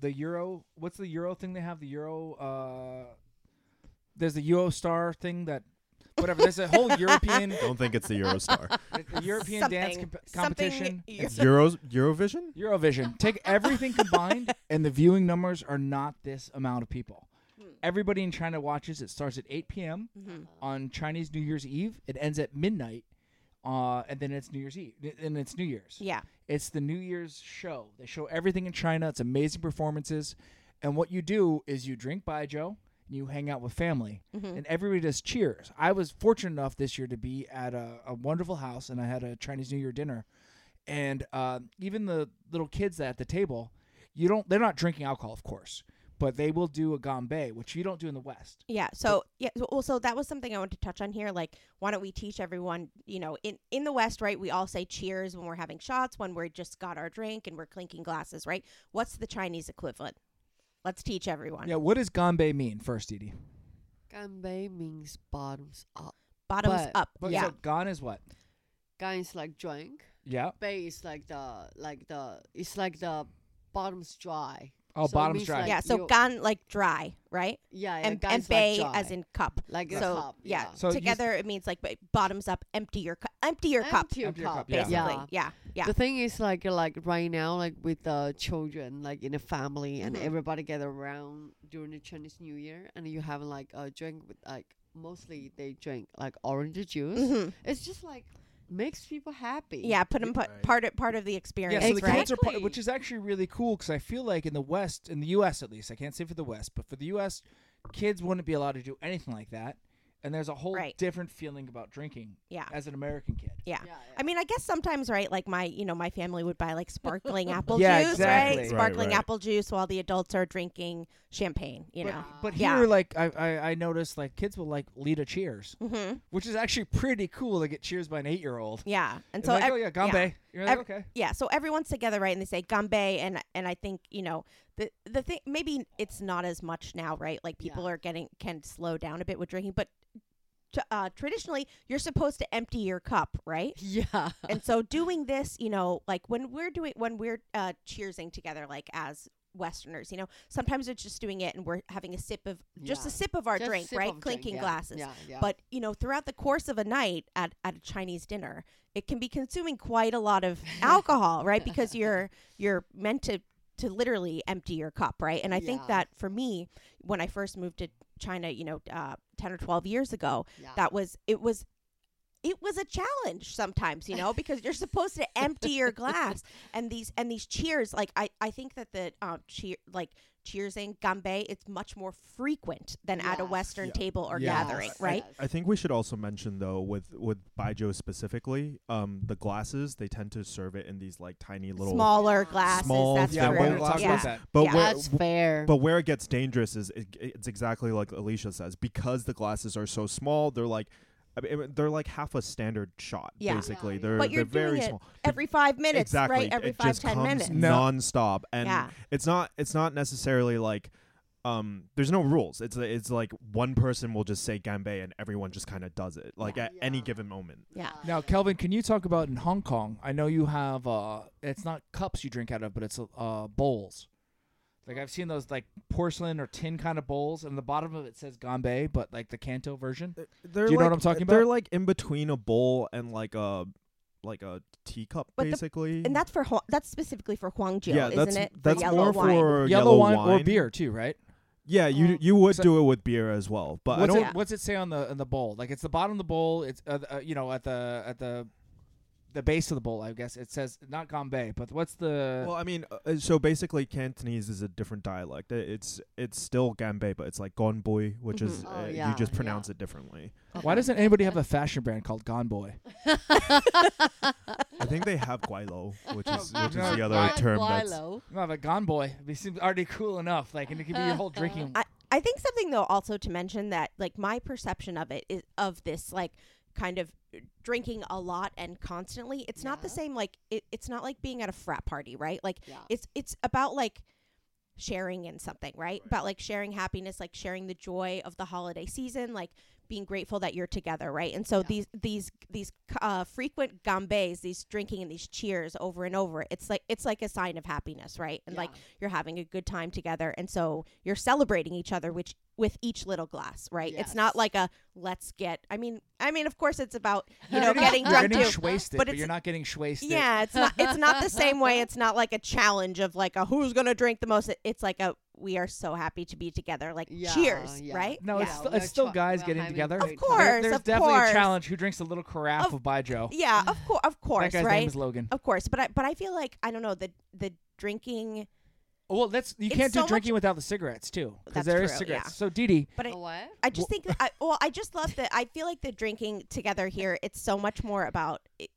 Speaker 1: the Euro. What's the Euro thing they have? The Euro. Uh, there's the Euro Star thing that. Whatever. There's a whole European.
Speaker 4: Don't think it's the Eurostar.
Speaker 1: the European dance
Speaker 2: Something-
Speaker 1: comp-
Speaker 2: something
Speaker 1: competition.
Speaker 2: Euro-
Speaker 1: It's
Speaker 4: Euros Eurovision?
Speaker 1: Eurovision. Take everything combined, and the viewing numbers are not this amount of people.
Speaker 2: Hmm.
Speaker 1: Everybody in China watches. It starts at 8 p.m.
Speaker 2: Mm-hmm.
Speaker 1: on Chinese New Year's Eve. It ends at midnight, uh, and then it's New Year's Eve, and it's New Year's.
Speaker 2: yeah
Speaker 1: It's the New Year's show. They show everything in China. It's amazing performances. And what you do is you drink baijiu and you hang out with family. And everybody does cheers. I was fortunate enough this year to be at a, a wonderful house and I had a Chinese New Year dinner. And uh, even the little kids at the table, you don't they're not drinking alcohol, of course, but they will do a gombe, which you don't do in the West.
Speaker 2: Yeah. So yeah. so- Well, so that was something I wanted to touch on here. Like, why don't we teach everyone? You know, in in the West, right? We all say cheers when we're having shots, when we're just got our drink and we're clinking glasses, right? What's the Chinese equivalent? Let's teach everyone.
Speaker 1: Yeah, what does gombe mean first, Edie?
Speaker 3: Ganbei means bottoms up.
Speaker 2: Bottoms
Speaker 3: But-
Speaker 2: up.
Speaker 1: But
Speaker 2: yeah.
Speaker 1: so gan is what?
Speaker 3: Gan is like drink.
Speaker 1: Yeah.
Speaker 3: Bei is like the like the it's like the bottoms dry.
Speaker 1: Oh,
Speaker 3: So it
Speaker 1: bottoms
Speaker 3: means
Speaker 1: dry.
Speaker 3: like-
Speaker 2: yeah. So
Speaker 3: you-
Speaker 2: gan like dry, right?
Speaker 3: Yeah, yeah.
Speaker 2: and
Speaker 3: gan
Speaker 2: and
Speaker 3: is like
Speaker 2: bei
Speaker 3: dry.
Speaker 2: as in cup.
Speaker 3: like a
Speaker 2: so
Speaker 3: cup.
Speaker 2: yeah.
Speaker 3: Yeah.
Speaker 1: So you s-
Speaker 2: together it means like b- bottoms up. Empty your cu- empty your cup.
Speaker 3: Empty your
Speaker 1: Empty your
Speaker 3: cup.
Speaker 1: cup, yeah.
Speaker 2: Basically.
Speaker 3: Yeah.
Speaker 2: Yeah. Yeah.
Speaker 3: The thing is like like right now like with the children like in a family and
Speaker 2: Mhm.
Speaker 3: everybody gather around during the Chinese New Year and you have like a drink with like mostly they drink like orange juice.
Speaker 2: Mhm.
Speaker 3: It's just like makes people happy.
Speaker 2: Yeah, put them
Speaker 4: Right.
Speaker 2: part of, part of the experience,
Speaker 1: Yeah, so the
Speaker 2: right?
Speaker 1: kids are part,
Speaker 3: Exactly.
Speaker 1: which is actually really cool because I feel like in the West, in the U.S. at least, I can't say for the West, but for the U.S., kids wouldn't be allowed to do anything like that, and there's a whole
Speaker 2: Right.
Speaker 1: different feeling about drinking
Speaker 2: Yeah.
Speaker 1: as an American kid.
Speaker 2: yeah.
Speaker 3: Yeah,
Speaker 2: I mean, I guess sometimes, right? Like my, you know, my family would buy like sparkling apple
Speaker 1: Yeah,
Speaker 2: juice,
Speaker 1: exactly.
Speaker 2: right?
Speaker 1: Right,
Speaker 2: Sparkling
Speaker 4: right.
Speaker 2: apple juice while the adults are drinking champagne. You
Speaker 1: but,
Speaker 2: know.
Speaker 1: but
Speaker 2: Yeah.
Speaker 1: here, like I, I, I noticed, like kids will like lead a cheers,
Speaker 2: hmm
Speaker 1: which is actually pretty cool to get cheers by an eight-year-old.
Speaker 2: Yeah, and
Speaker 1: It's
Speaker 2: so
Speaker 1: like,
Speaker 2: ev-
Speaker 1: oh yeah, Gombe. You're like,
Speaker 2: Ev-
Speaker 1: okay.
Speaker 2: yeah so everyone's together right and they say gumbe and and i think you know the the thing maybe it's not as much now right like people
Speaker 3: Yeah.
Speaker 2: are getting can slow down a bit with drinking but t- uh, traditionally you're supposed to empty your cup right
Speaker 3: yeah,
Speaker 2: and so doing this you know like when we're doing when we're uh cheersing together like as westerners you know sometimes it's just doing it and we're having a sip of just
Speaker 3: Yeah.
Speaker 2: a sip of our
Speaker 3: Just
Speaker 2: drink
Speaker 3: sip
Speaker 2: right
Speaker 3: of drink,
Speaker 2: clinking
Speaker 3: yeah,
Speaker 2: glasses
Speaker 3: Yeah, yeah.
Speaker 2: but you know, throughout the course of a night at, at a Chinese dinner, it can be consuming quite a lot of alcohol, right? Because you're you're meant to to literally empty your cup, right? And I think
Speaker 3: Yeah.
Speaker 2: that for me, when I first moved to China, you know, uh, ten or twelve years ago,
Speaker 3: yeah.
Speaker 2: that was it was it was a challenge sometimes you know because you're supposed to empty your glass and these and these cheers like i i think that the um cheer like cheersing gambe it's much more frequent than at a
Speaker 3: Yes.
Speaker 2: western
Speaker 4: Yeah.
Speaker 2: table or
Speaker 4: Yes.
Speaker 2: gathering
Speaker 3: Yes.
Speaker 2: right
Speaker 4: I think we should also mention though with with Baijiu specifically, um, the glasses they tend to serve it in these like tiny little.
Speaker 2: smaller glasses
Speaker 4: Small
Speaker 2: that's
Speaker 4: Yeah,
Speaker 1: Yeah,
Speaker 4: we're
Speaker 2: true
Speaker 1: we're
Speaker 4: gonna
Speaker 1: gonna talk
Speaker 4: talk
Speaker 2: yeah.
Speaker 1: about that.
Speaker 4: But
Speaker 2: Yeah.
Speaker 4: where
Speaker 3: That's fair.
Speaker 4: but where it gets dangerous is it, it's exactly like Alicia says because the glasses are so small, they're like. I mean, they're like half a standard shot,
Speaker 2: Yeah.
Speaker 4: basically.
Speaker 3: Yeah, yeah.
Speaker 4: They're
Speaker 2: but you're
Speaker 4: they're very
Speaker 2: doing it
Speaker 4: small.
Speaker 2: every five minutes
Speaker 4: exactly.
Speaker 2: right every
Speaker 4: it
Speaker 2: five
Speaker 4: just
Speaker 2: ten
Speaker 4: comes
Speaker 2: minutes
Speaker 1: No.
Speaker 4: nonstop, and
Speaker 2: Yeah.
Speaker 4: it's not it's not necessarily like um. There's no rules. It's it's like one person will just say gambe, and everyone just kind of does it, like at any
Speaker 3: Yeah.
Speaker 4: given moment.
Speaker 2: yeah
Speaker 1: Now, Kelvin, can you talk about in Hong Kong? I know you have uh, it's not cups you drink out of, but it's uh, bowls. Like I've seen those like porcelain or tin kind of bowls, and the bottom of it says Gombe, but like the Canto version.
Speaker 4: They're
Speaker 1: Do you know
Speaker 4: like-
Speaker 1: what I'm talking
Speaker 4: They're
Speaker 1: about?
Speaker 4: like in between a bowl and like a like a teacup,
Speaker 2: But the-
Speaker 4: basically.
Speaker 2: and that's for Hua- that's specifically for Huangjiu,
Speaker 4: yeah,
Speaker 2: isn't
Speaker 4: that's
Speaker 2: it? For
Speaker 4: that's
Speaker 2: yellow
Speaker 4: more
Speaker 2: wine. Oh.
Speaker 4: for
Speaker 1: Yellow, wine, or beer too, right?
Speaker 4: Yeah,
Speaker 3: Yeah.
Speaker 4: you you would
Speaker 1: So-
Speaker 4: do it with beer as well, but I
Speaker 1: what's
Speaker 4: don't.
Speaker 1: it, what's it say on the on the bowl? Like it's the bottom of the bowl. It's uh, uh, you know at the at the the base of the bowl. I guess it says not Gombe, but what's the
Speaker 4: Well, I mean, uh, so basically, Cantonese is a different dialect. I- It's it's still Ganbei, but it's like Gonbui, which is
Speaker 3: Mhm. Oh,
Speaker 4: uh,
Speaker 3: yeah,
Speaker 4: you just
Speaker 3: yeah.
Speaker 4: pronounce it differently.
Speaker 1: why doesn't anybody have a fashion brand called Gone Boy?
Speaker 4: I think they have Guailo, which is which is
Speaker 1: No,
Speaker 4: the other
Speaker 1: Guai-
Speaker 4: term that's
Speaker 1: No, but Gone Boy, they seem already cool enough. Like, and it could be your whole drinking.
Speaker 2: I, I think something though also to mention that like my perception of it is of this like kind of drinking a lot and constantly it's not the
Speaker 3: Yeah.
Speaker 2: same like it, it's not like being at a frat party right like
Speaker 3: Yeah.
Speaker 2: it's it's about like sharing in something right about like sharing happiness like sharing the joy of the holiday season like being grateful that you're together right and so
Speaker 3: Yeah.
Speaker 2: these these these uh, frequent gambes these drinking and these cheers over and over it's like it's like a sign of happiness right and like
Speaker 3: Yeah.
Speaker 2: you're having a good time together and so you're celebrating each other which with each little glass right it's not
Speaker 3: Yes.
Speaker 2: like a let's get i mean i mean of course it's about you
Speaker 1: You're
Speaker 2: know
Speaker 1: getting-
Speaker 2: getting
Speaker 1: you're
Speaker 2: drunk
Speaker 1: getting
Speaker 2: too
Speaker 1: shwasted,
Speaker 2: but
Speaker 1: but,
Speaker 2: it's-
Speaker 1: you're not getting shwasted.
Speaker 2: yeah it's not it's not the same way it's not like a challenge of like a who's gonna drink the most it's like a we are so happy to be together like
Speaker 3: Yeah,
Speaker 2: cheers
Speaker 3: yeah.
Speaker 2: right
Speaker 1: No, it's
Speaker 3: Yeah,
Speaker 1: still,
Speaker 3: we're
Speaker 1: it's still
Speaker 3: try-
Speaker 1: guys
Speaker 3: we're
Speaker 1: getting
Speaker 3: having
Speaker 1: together.
Speaker 3: a
Speaker 2: Of
Speaker 3: great
Speaker 1: There-
Speaker 3: time.
Speaker 2: course,
Speaker 1: there's
Speaker 2: of
Speaker 1: definitely
Speaker 2: course.
Speaker 1: a challenge. Who drinks a little carafe
Speaker 2: Of-
Speaker 1: of, Baijiu?
Speaker 2: yeah of course of
Speaker 1: That
Speaker 2: course
Speaker 1: guy's
Speaker 2: right
Speaker 1: name is Logan.
Speaker 2: of course but i but i feel like i don't know the the drinking
Speaker 1: Well, that's you
Speaker 2: Oh, It's
Speaker 1: can't do
Speaker 2: so much-
Speaker 1: drinking without the cigarettes too, because
Speaker 2: That's
Speaker 1: there is
Speaker 2: true,
Speaker 1: cigarettes.
Speaker 2: yeah.
Speaker 1: So Didi,
Speaker 2: but i
Speaker 3: A what?
Speaker 2: I just think, I, well, I just love that. I feel like the drinking together here, it's so much more about, it,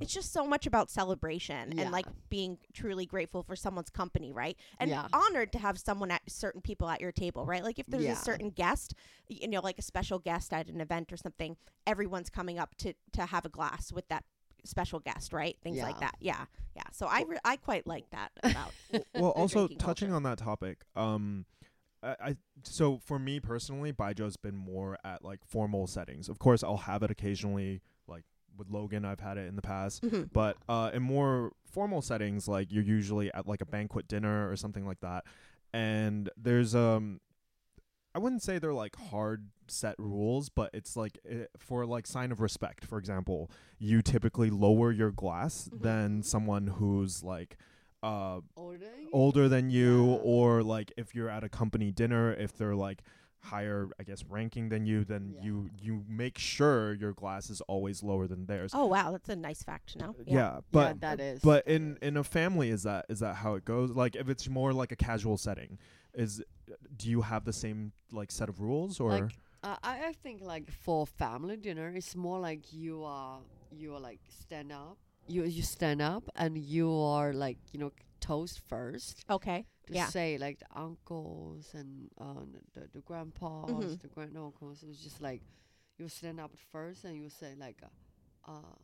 Speaker 2: it's just so much about celebration
Speaker 3: Yeah.
Speaker 2: and like being truly grateful for someone's company, right? And
Speaker 3: Yeah.
Speaker 2: honored to have someone at certain people at your table, right? Like if there's
Speaker 3: Yeah.
Speaker 2: a certain guest, you know, like a special guest at an event or something, everyone's coming up to, to have a glass with that special guest, right? Things like
Speaker 3: Yeah.
Speaker 2: that. Yeah. Yeah. So I, re- I quite like that about,
Speaker 4: well
Speaker 2: the
Speaker 4: also
Speaker 2: drinking
Speaker 4: touching
Speaker 2: culture.
Speaker 4: on that topic um I, I so for me personally baijiu's been more at like formal settings of course i'll have it occasionally like with logan i've had it in the past
Speaker 2: Mhm.
Speaker 4: but uh in more formal settings like you're usually at like a banquet dinner or something like that and there's um I wouldn't say they're like hard set rules, but it's like uh, for like sign of respect, for example, you typically lower your glass
Speaker 3: Mm-hmm.
Speaker 2: Mhm.
Speaker 4: than someone who's like uh
Speaker 3: Ordering?
Speaker 4: older than you
Speaker 3: Yeah.
Speaker 4: or like if you're at a company dinner if they're like higher, I guess, ranking than you, then
Speaker 3: Yeah.
Speaker 4: you you make sure your glass is always lower than theirs.
Speaker 2: Oh wow, that's a nice fact to know.
Speaker 4: yeah. but
Speaker 3: Oh, yeah, that is.
Speaker 4: but in in a family, is that is that how it goes? Like if it's more like a casual setting, is do you have the same like set of rules or?
Speaker 3: like uh, I, I think like for family dinner it's more like you are you are like stand up you you stand up and you are like you know toast first
Speaker 2: Okay.
Speaker 3: to
Speaker 2: Yeah.
Speaker 3: say like the uncles and uh, the, the grandpas
Speaker 2: Mhm.
Speaker 3: the grand uncles it's just like you stand up first and you say like uh, uh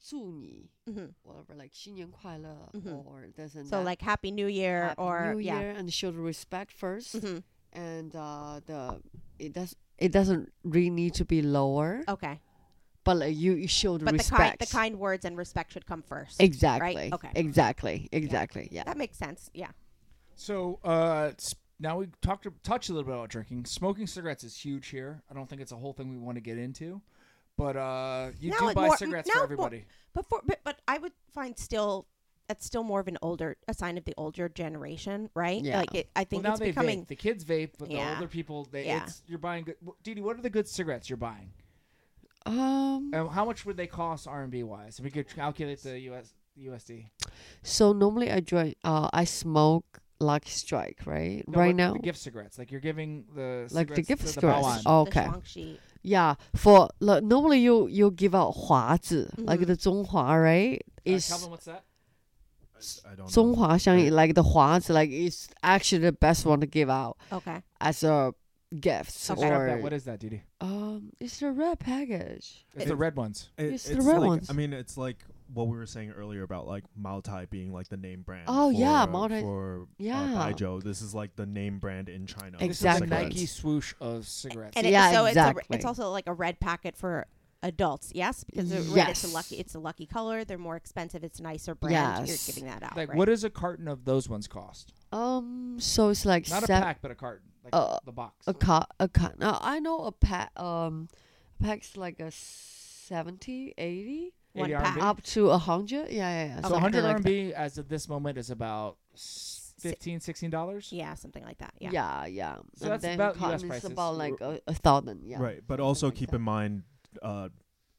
Speaker 3: 祝你
Speaker 2: hmm
Speaker 3: whatever like 新年快乐
Speaker 2: Mhm.
Speaker 3: or this and
Speaker 2: So
Speaker 3: that.
Speaker 2: like Happy New Year
Speaker 3: Happy
Speaker 2: or
Speaker 3: New
Speaker 2: yeah.
Speaker 3: Year and show the respect 1st
Speaker 2: Mhm.
Speaker 3: and uh, the it does it doesn't really need to be lower,
Speaker 2: Okay.
Speaker 3: but like you, you show the
Speaker 2: Oh. But the kind
Speaker 3: respect.
Speaker 2: the kind words and respect should come first.
Speaker 3: exactly,
Speaker 2: Okay.
Speaker 3: exactly, exactly, yeah.
Speaker 2: That makes sense. Yeah.
Speaker 1: So uh, s- now we talked touched a little bit about drinking. Smoking cigarettes is huge here. I don't think it's a whole thing we want to get into, but uh, you
Speaker 2: Now
Speaker 1: do
Speaker 2: it
Speaker 1: buy
Speaker 2: more-
Speaker 1: cigarettes
Speaker 2: now
Speaker 1: for
Speaker 2: it more-
Speaker 1: everybody.
Speaker 2: But for but, but I would find still that's still more of an older a sign of the older generation, right?
Speaker 3: Yeah.
Speaker 2: Like it, I think
Speaker 1: well, now
Speaker 2: it's
Speaker 1: they
Speaker 2: becoming
Speaker 1: vape. The kids vape, but the
Speaker 2: Yeah.
Speaker 1: older people they
Speaker 2: Yeah.
Speaker 1: it's, you're buying good. wh- Didi, what are the good cigarettes you're buying?
Speaker 3: Um,
Speaker 1: And how much would they cost R and B wise? If we could calculate the US USD
Speaker 3: so normally I join. Uh, I smoke Lucky Strike, right?
Speaker 1: No,
Speaker 3: right
Speaker 1: like
Speaker 3: now,
Speaker 1: the gift cigarettes. Like you're giving the
Speaker 3: like the
Speaker 1: cigarettes
Speaker 3: gift
Speaker 1: to the
Speaker 3: stores.
Speaker 1: Bawan.
Speaker 3: okay,
Speaker 2: the Shuangxi.
Speaker 3: yeah. For like, normally you you give out 华子, like
Speaker 2: Mhm.
Speaker 3: the 中华, right?
Speaker 1: Uh,
Speaker 3: Is
Speaker 1: Calvin, what's that?
Speaker 4: I don't know.
Speaker 3: 中华香 like the 华子, like it's actually the best one to give out
Speaker 2: Okay.
Speaker 3: as a
Speaker 2: Okay.
Speaker 3: gift
Speaker 1: Strap that.
Speaker 3: or
Speaker 1: What is that, Didi?
Speaker 3: um, it's the red package.
Speaker 1: It's the red ones.
Speaker 4: It-
Speaker 3: It's the red
Speaker 4: like,
Speaker 3: ones.
Speaker 4: I mean, it's like what we were saying earlier about like Maltai being like the name brand.
Speaker 3: Oh,
Speaker 4: for,
Speaker 3: yeah,
Speaker 4: uh,
Speaker 3: Maltai-
Speaker 4: for
Speaker 3: yeah.
Speaker 4: uh, Baijiu. This is like the name brand in China.
Speaker 3: Exactly.
Speaker 1: This is the Nike swoosh of cigarettes.
Speaker 2: And
Speaker 3: Yeah,
Speaker 2: it, so it's, a,
Speaker 3: exactly.
Speaker 2: it's also like a red packet for adults, yes, because it- red, it's a
Speaker 3: Yes.
Speaker 2: lucky it's a lucky color. They're more expensive. It's a nicer brand.
Speaker 3: Yes.
Speaker 2: You're giving that out.
Speaker 1: like
Speaker 2: right?
Speaker 1: what does a carton of those ones cost?
Speaker 3: Um, so it's like
Speaker 1: Not a
Speaker 3: sev-
Speaker 1: pack, but a carton. Like
Speaker 3: Uh,
Speaker 1: the box.
Speaker 3: a cut, a cut. Now I know a pack. Um, pack's like a 70, 80,
Speaker 1: 80
Speaker 2: one
Speaker 1: RMB?
Speaker 2: pack.
Speaker 3: up to a hundred. Yeah, yeah. yeah
Speaker 1: So
Speaker 3: something
Speaker 1: 100
Speaker 3: like that.
Speaker 1: RMB as of this moment is about s- 15 dollars.
Speaker 2: Yeah, something like that. Yeah.
Speaker 3: Yeah, yeah.
Speaker 1: So
Speaker 3: and
Speaker 1: that's
Speaker 3: then
Speaker 1: about US
Speaker 3: cotton is
Speaker 1: prices.
Speaker 3: about like
Speaker 1: We're-
Speaker 3: a, a thousand. Yeah.
Speaker 4: Right, but also
Speaker 3: like
Speaker 4: keep
Speaker 3: that.
Speaker 4: in mind, uh,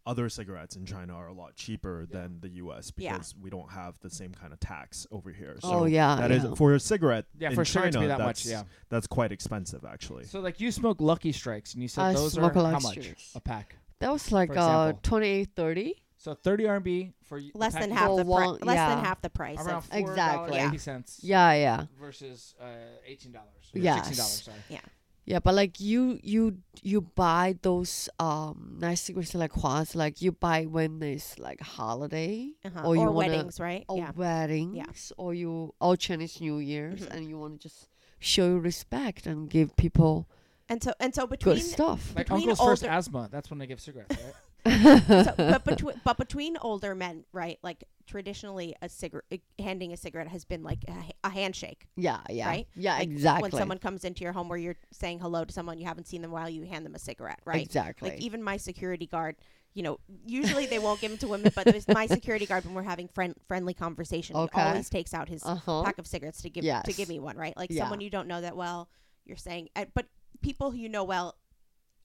Speaker 4: other cigarettes in China are a lot cheaper than the U.S.
Speaker 2: Yeah.
Speaker 4: because we don't have the same kind of tax over here. So
Speaker 3: Oh yeah.
Speaker 4: that is
Speaker 3: yeah.
Speaker 4: for a cigarette.
Speaker 1: Yeah,
Speaker 4: in
Speaker 1: for sure
Speaker 4: China,
Speaker 1: it's be that
Speaker 4: that's,
Speaker 1: much. Yeah.
Speaker 4: that's quite expensive actually.
Speaker 1: So like you smoke Lucky Strikes, and you said
Speaker 3: I
Speaker 1: those are
Speaker 3: smoke
Speaker 1: how
Speaker 3: Lucky
Speaker 1: much
Speaker 3: Strikes.
Speaker 1: a pack?
Speaker 3: that was like uh
Speaker 1: example.
Speaker 3: 28, 30.
Speaker 1: So 30 RMB for y- the
Speaker 2: Less
Speaker 1: pack
Speaker 2: than
Speaker 1: you
Speaker 2: half
Speaker 3: For
Speaker 2: the pri-
Speaker 3: one-
Speaker 2: less
Speaker 3: yeah.
Speaker 2: than half the price.
Speaker 1: got,
Speaker 2: of-
Speaker 1: around four
Speaker 3: Exactly.
Speaker 1: eighty cents
Speaker 3: Yeah, yeah,
Speaker 1: versus uh, eighteen dollars.
Speaker 3: Yes.
Speaker 1: sixteen dollars. Sorry.
Speaker 3: yeah. But like you, you, you buy those um nice cigarettes like Hua's. Like you buy when there's like holiday
Speaker 2: uh-huh.
Speaker 3: or you wanna- Oh,
Speaker 2: weddings, right?
Speaker 3: or
Speaker 2: yeah.
Speaker 3: weddings or you or Chinese New Year's
Speaker 2: Mhm.
Speaker 3: and you want to just show your respect and give people
Speaker 2: And so and so between
Speaker 3: good stuff.
Speaker 1: Like
Speaker 2: Between
Speaker 1: Uncle's first
Speaker 2: older-
Speaker 1: asthma. That's when they give cigarettes, right?
Speaker 2: so, but between but between older men, right? Like traditionally, a cigarette handing a cigarette has been like a, ha- a handshake,
Speaker 3: yeah, yeah.
Speaker 2: right?
Speaker 3: Yeah,
Speaker 2: Like,
Speaker 3: exactly.
Speaker 2: When someone comes into your home, where you're saying hello to someone you haven't seen them while, you hand them a cigarette, right?
Speaker 3: Exactly.
Speaker 2: Like even my security guard, you know, usually they won't give them to women, but there's my security guard when we're having friend friendly conversation,
Speaker 3: Okay.
Speaker 2: he always takes out his
Speaker 3: uh-huh.
Speaker 2: pack of cigarettes to give to
Speaker 3: Yes.
Speaker 2: give me one, right? Like
Speaker 3: Yeah.
Speaker 2: someone you don't know that well, you're saying, uh, but people who you know well,